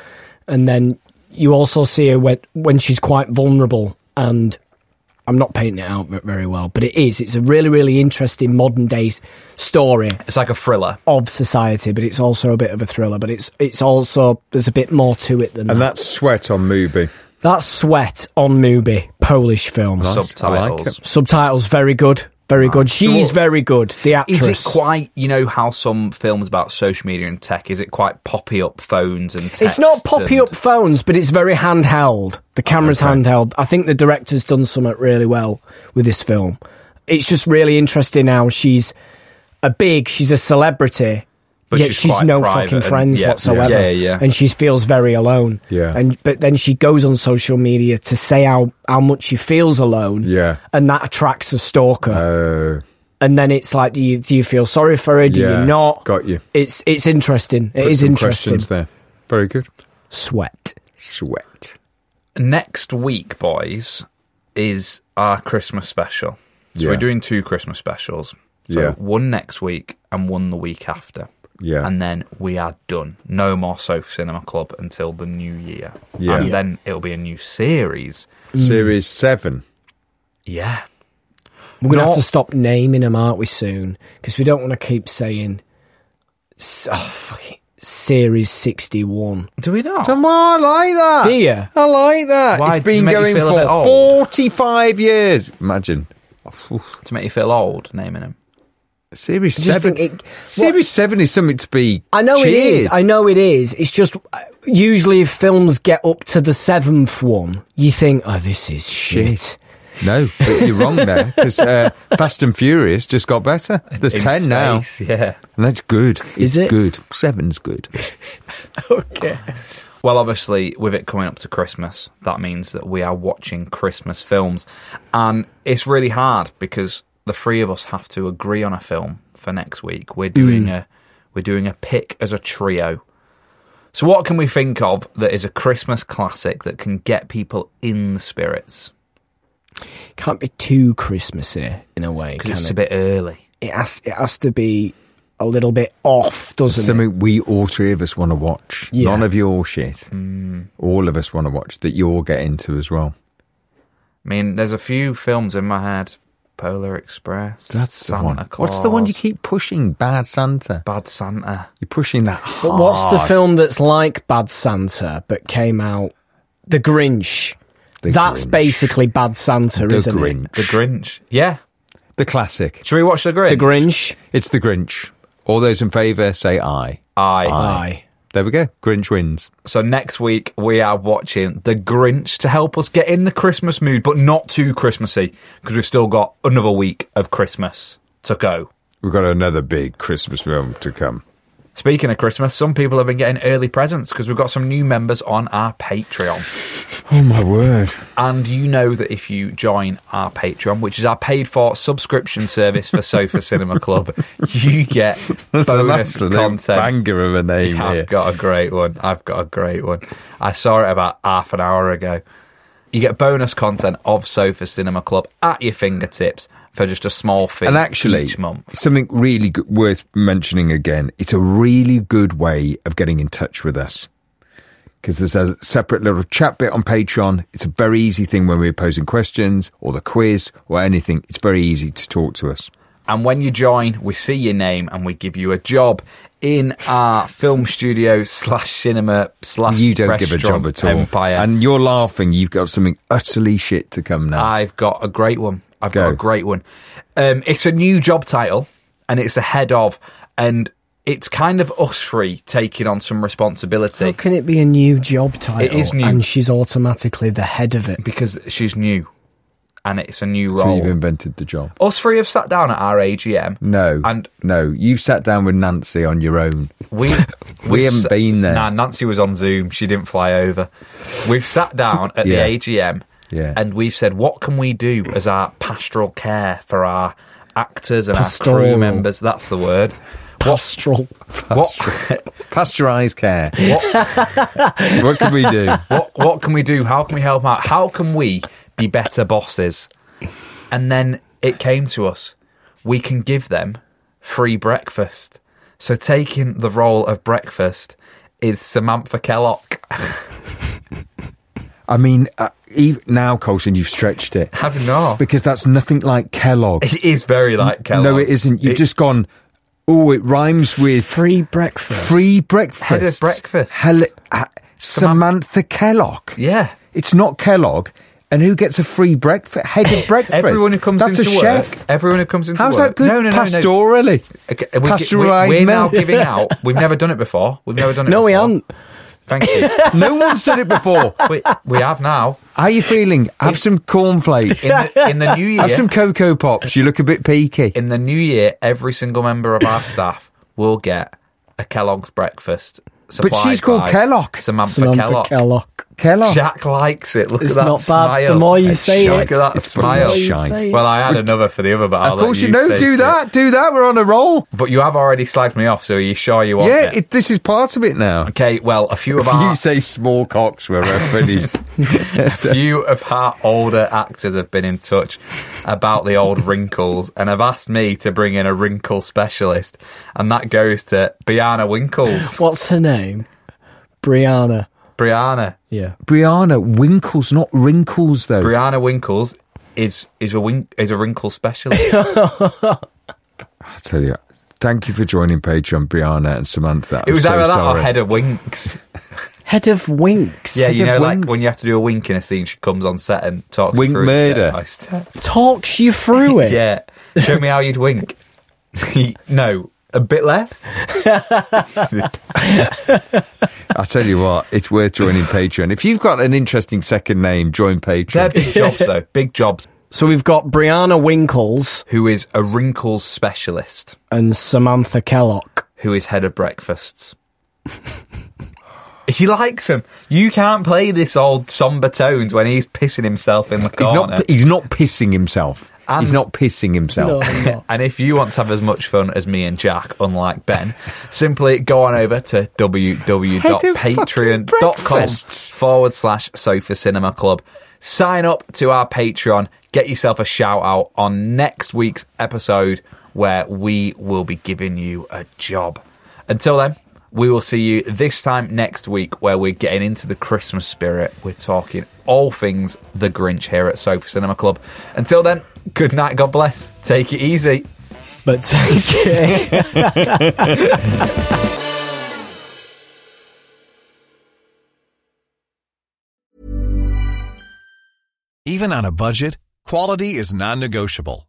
S2: and then you also see her when when she's quite vulnerable and I'm not painting it out ve- very well, but it is. It's a really, really interesting modern day s- story
S1: It's like a thriller.
S2: of society, but it's also a bit of a thriller. But it's it's also there's a bit more to it than
S3: And
S2: that.
S3: that's sweat on Mubi.
S2: That's Sweat on Mubi, Polish film.
S1: subtitles.
S3: I like it.
S2: Subtitles very good, very good. She's
S1: what-
S2: very good. The actress.
S1: Is it quite, you know, how some films about social media and tech, is it quite poppy up phones and text
S2: It's not poppy
S1: and-
S2: up phones, but it's very handheld. The camera's handheld. I think the director's done something really well with this film. It's just really interesting how she's a big, she's a celebrity,
S1: But
S2: yet
S1: she's
S2: she's,
S1: quite
S2: no
S1: private
S2: fucking
S1: and-
S2: friends
S1: yeah,
S2: whatsoever,
S1: yeah, yeah.
S2: and she feels very alone.
S3: Yeah.
S2: and but then she goes on social media to say how how much she feels alone.
S3: Yeah.
S2: and that attracts a stalker
S3: Oh,
S2: and then it's like, do you do you feel sorry for her? Do
S3: Yeah,
S2: you not?
S3: got you.
S2: It's it's interesting. It is
S3: put some
S2: interesting.
S3: Questions there. Very good.
S2: Sweat.
S3: Sweat.
S1: Next week, boys, is our Christmas special. So
S3: Yeah.
S1: we're doing two Christmas specials. So
S3: Yeah.
S1: one next week and one the week after.
S3: Yeah.
S1: And then we are done. No more Sofa Cinema Club until the new year.
S3: Yeah.
S1: And
S3: Yeah.
S1: then it'll be a new series.
S2: Mm.
S3: Series seven.
S1: Yeah.
S2: We're going to
S1: Not-
S2: have to stop naming them, aren't we, soon? Because we don't want to keep saying, s- oh, fucking, Series 61.
S1: Do we not?
S3: Come on, I like that.
S2: Do ya?
S3: I like that.
S1: Why,
S3: it's
S1: does
S3: been
S1: it make you
S3: going
S1: feel a
S3: for
S1: bit old?
S3: 45 years. Imagine. Oof.
S1: to make you feel old, naming him.
S3: Series
S2: I just
S3: seven.
S2: think it- what-
S3: Series seven is something to be.
S2: I know it is.
S3: cheered.
S2: I know it is. It's just uh, usually if films get up to the seventh one, you think, oh, this is shit.
S3: No, but you're wrong there because uh, Fast and Furious just got better. There's
S1: In
S3: ten now, and
S1: space, Yeah.
S3: that's good.
S2: Is
S3: it's
S2: it?
S3: good? Seven's good.
S2: Okay.
S1: Well, obviously, with it coming up to Christmas, that means that we are watching Christmas films. And it's really hard because the three of us have to agree on a film for next week. We're
S3: Hmm.
S1: doing a we're doing a pick as a trio. So what can we think of that is a Christmas classic that can get people in the spirits?
S2: Can't be too Christmassy in a way, can
S1: Because it's
S2: it?
S1: a bit early.
S2: it, has, it has to be a little bit off, doesn't it?
S3: Something we all three of us want to watch.
S2: Yeah.
S3: None of your shit. All of us want to watch that you'll get into as well.
S1: I mean, there's a few films in my head. Polar Express. Santa
S3: the one.
S1: Claus,
S3: What's the one you keep pushing? Bad Santa.
S1: Bad Santa.
S3: You're pushing that.
S2: But
S3: Hard.
S2: what's the film that's like Bad Santa but came out? The Grinch.
S3: The
S2: that's
S3: Grinch.
S2: basically Bad Santa,
S3: The
S2: isn't
S3: Grinch.
S2: it?
S1: The Grinch. Yeah.
S3: The classic.
S1: Should we watch The Grinch?
S2: The Grinch.
S3: It's the Grinch. All those in favour say aye.
S1: Aye.
S2: Aye.
S3: There we go. Grinch wins.
S1: So next week we are watching The Grinch to help us get in the Christmas mood, but not too Christmassy because we've still got another week of Christmas to go.
S3: We've got another big Christmas film to come.
S1: Speaking of Christmas, some people have been getting early presents because we've got some new members on our Patreon.
S3: Oh my word.
S1: And you know that if you join our Patreon, which is our paid for subscription service for Sofa Cinema Club, you get
S3: That's an
S1: bonus
S3: absolute
S1: content.
S3: banger of a name
S1: I've
S3: here.
S1: got a great one. I've got a great one. I saw it about half an hour ago. You get bonus content of Sofa Cinema Club at your fingertips for just a small fee
S3: and actually,
S1: each month.
S3: something really good, worth mentioning again. It's a really good way of getting in touch with us because there's a separate little chat bit on Patreon. It's a very easy thing when we're posing questions or the quiz or anything. It's very easy to talk to us.
S1: And when you join, we see your name and we give you a job in our film studio slash cinema slash
S3: You don't give a job
S1: restaurant
S3: at all,
S1: empire.
S3: and you're laughing. You've got something utterly shit to come now.
S1: I've got a great one. I've
S3: Go.
S1: got a great one. Um, it's a new job title and it's ahead of, and it's kind of us three taking on some responsibility.
S2: How can it be a new job title?
S1: is new.
S2: And she's automatically the head of it.
S1: because she's new and it's a new
S3: so
S1: role.
S3: you've invented the job.
S1: Us three have sat down at our AGM.
S3: No,
S1: And
S3: no, you've sat down with Nancy on your own.
S1: we
S3: We
S1: we've
S3: haven't
S1: sa-
S3: been there.
S1: Nah, Nancy was on Zoom. She didn't fly over. We've sat down at
S3: Yeah.
S1: the AGM
S3: Yeah.
S1: and we've said, what can we do as our pastoral care for our actors and our crew
S2: Pastoral.
S1: members? That's the word.
S2: Pastoral.
S1: What,
S3: Pasteurised care.
S1: what,
S3: what can we do?
S1: what, what can we do? How can we help out? How can we be better bosses? And then it came to us. We can give them free breakfast. So taking the role of breakfast is Samantha Kellogg.
S3: I mean, uh, ev now, Colson, you've stretched it
S1: Have not.
S3: because that's nothing like Kellogg.
S1: It is very like Kellogg.
S3: No, it isn't. You've
S1: It-
S3: just gone. Oh, it rhymes with
S2: Free breakfast.
S3: free breakfast.
S1: Head of breakfast.
S3: Hel- uh, Samantha Kellogg.
S1: Yeah.
S3: It's not Kellogg. And who gets a free breakfast? Head of breakfast.
S1: Everyone who comes
S3: That's
S1: into
S3: a
S1: work.
S3: chef.
S1: Everyone who comes into
S3: How's
S1: work.
S3: that good?
S1: No, no, no, no.
S3: Pastorally.
S1: Okay, we- we-
S3: Pasteurised
S1: we're now
S3: milk.
S1: giving out. We've never done it before. We've never done it
S2: No,
S1: before.
S2: we haven't.
S1: Thank you.
S3: no one's done it before.
S1: we, we have now.
S3: How are you feeling? Have some cornflakes.
S1: In the, in the new year.
S3: Have some cocoa pops. You look a bit peaky.
S1: in the new year, every single member of our staff will get a Kellogg's breakfast.
S3: But she's
S1: supplied
S3: called
S1: by
S3: Kellogg.
S1: Samantha,
S2: Samantha
S1: Kellogg.
S2: Kellogg.
S3: Keller.
S1: Jack likes it. Look
S2: It's
S1: at that
S2: not
S1: smile.
S2: bad. The more you
S3: It's
S2: say
S3: shite.
S1: Look
S2: it,
S1: at that
S3: It's
S1: smile.
S3: fucking
S2: shite. Say it.
S1: Well, I had another for the other, but I'll
S3: of
S1: let
S3: course you
S1: you
S3: know.
S1: taste
S3: Do
S1: it.
S3: that. Do that. We're on a roll.
S1: But you have already slagged me off, so are you sure you want
S3: Yeah,
S1: it?
S3: it, this is part of it now.
S1: Okay, well, a few of
S3: If
S1: our
S3: you say small cocks, we're finished.
S1: few of our older actors have been in touch about the old wrinkles and have asked me to bring in a wrinkle specialist, and that goes to Brianna Winkles.
S2: what's her name? Brianna.
S1: Brianna,
S2: Yeah.
S3: Brianna Winkles, not wrinkles though.
S1: Brianna Winkles is is a wink, is a wrinkle specialist.
S3: I tell you. Thank you for joining Patreon, Brianna and Samantha.
S1: it was
S3: I'm so
S1: either that
S3: sorry.
S1: or head of winks.
S2: Head of Winks.
S1: Yeah, you
S3: of
S1: know, like
S3: winks.
S1: when you have to do a wink in a scene, she comes on set and talks
S3: Wink
S1: through it
S3: murder.
S1: step by step.
S2: Talks you through it.
S1: Yeah. Show me how you'd wink. no, a bit less.
S3: I tell you what, it's worth joining Patreon. If you've got an interesting second name, join
S1: They're
S3: Patreon.
S1: big jobs, though. Big jobs.
S2: So we've got Brianna Winkles
S1: Who is a wrinkles specialist,
S2: and Samantha Kellogg.
S1: who is head of breakfasts. he likes him. You can't play this old somber tones when he's pissing himself in the
S3: He's
S1: corner.
S3: not. He's not pissing himself.
S1: And-
S3: he's not pissing himself.
S1: and if you want to have as much fun as me and Jack, unlike Ben, simply go on over to
S3: Head of fucking
S1: www.patreon.com
S3: breakfasts.
S1: forward slash sofa cinema club. Sign up to our Patreon, get yourself a shout out on next week's episode where we will be giving you a job. Until then, we will see you this time next week where we're getting into the Christmas spirit. We're talking all things The Grinch here at Sofa Cinema Club. Until then, good night, God bless, take it easy.
S2: But take it.
S5: Even on a budget, quality is non-negotiable.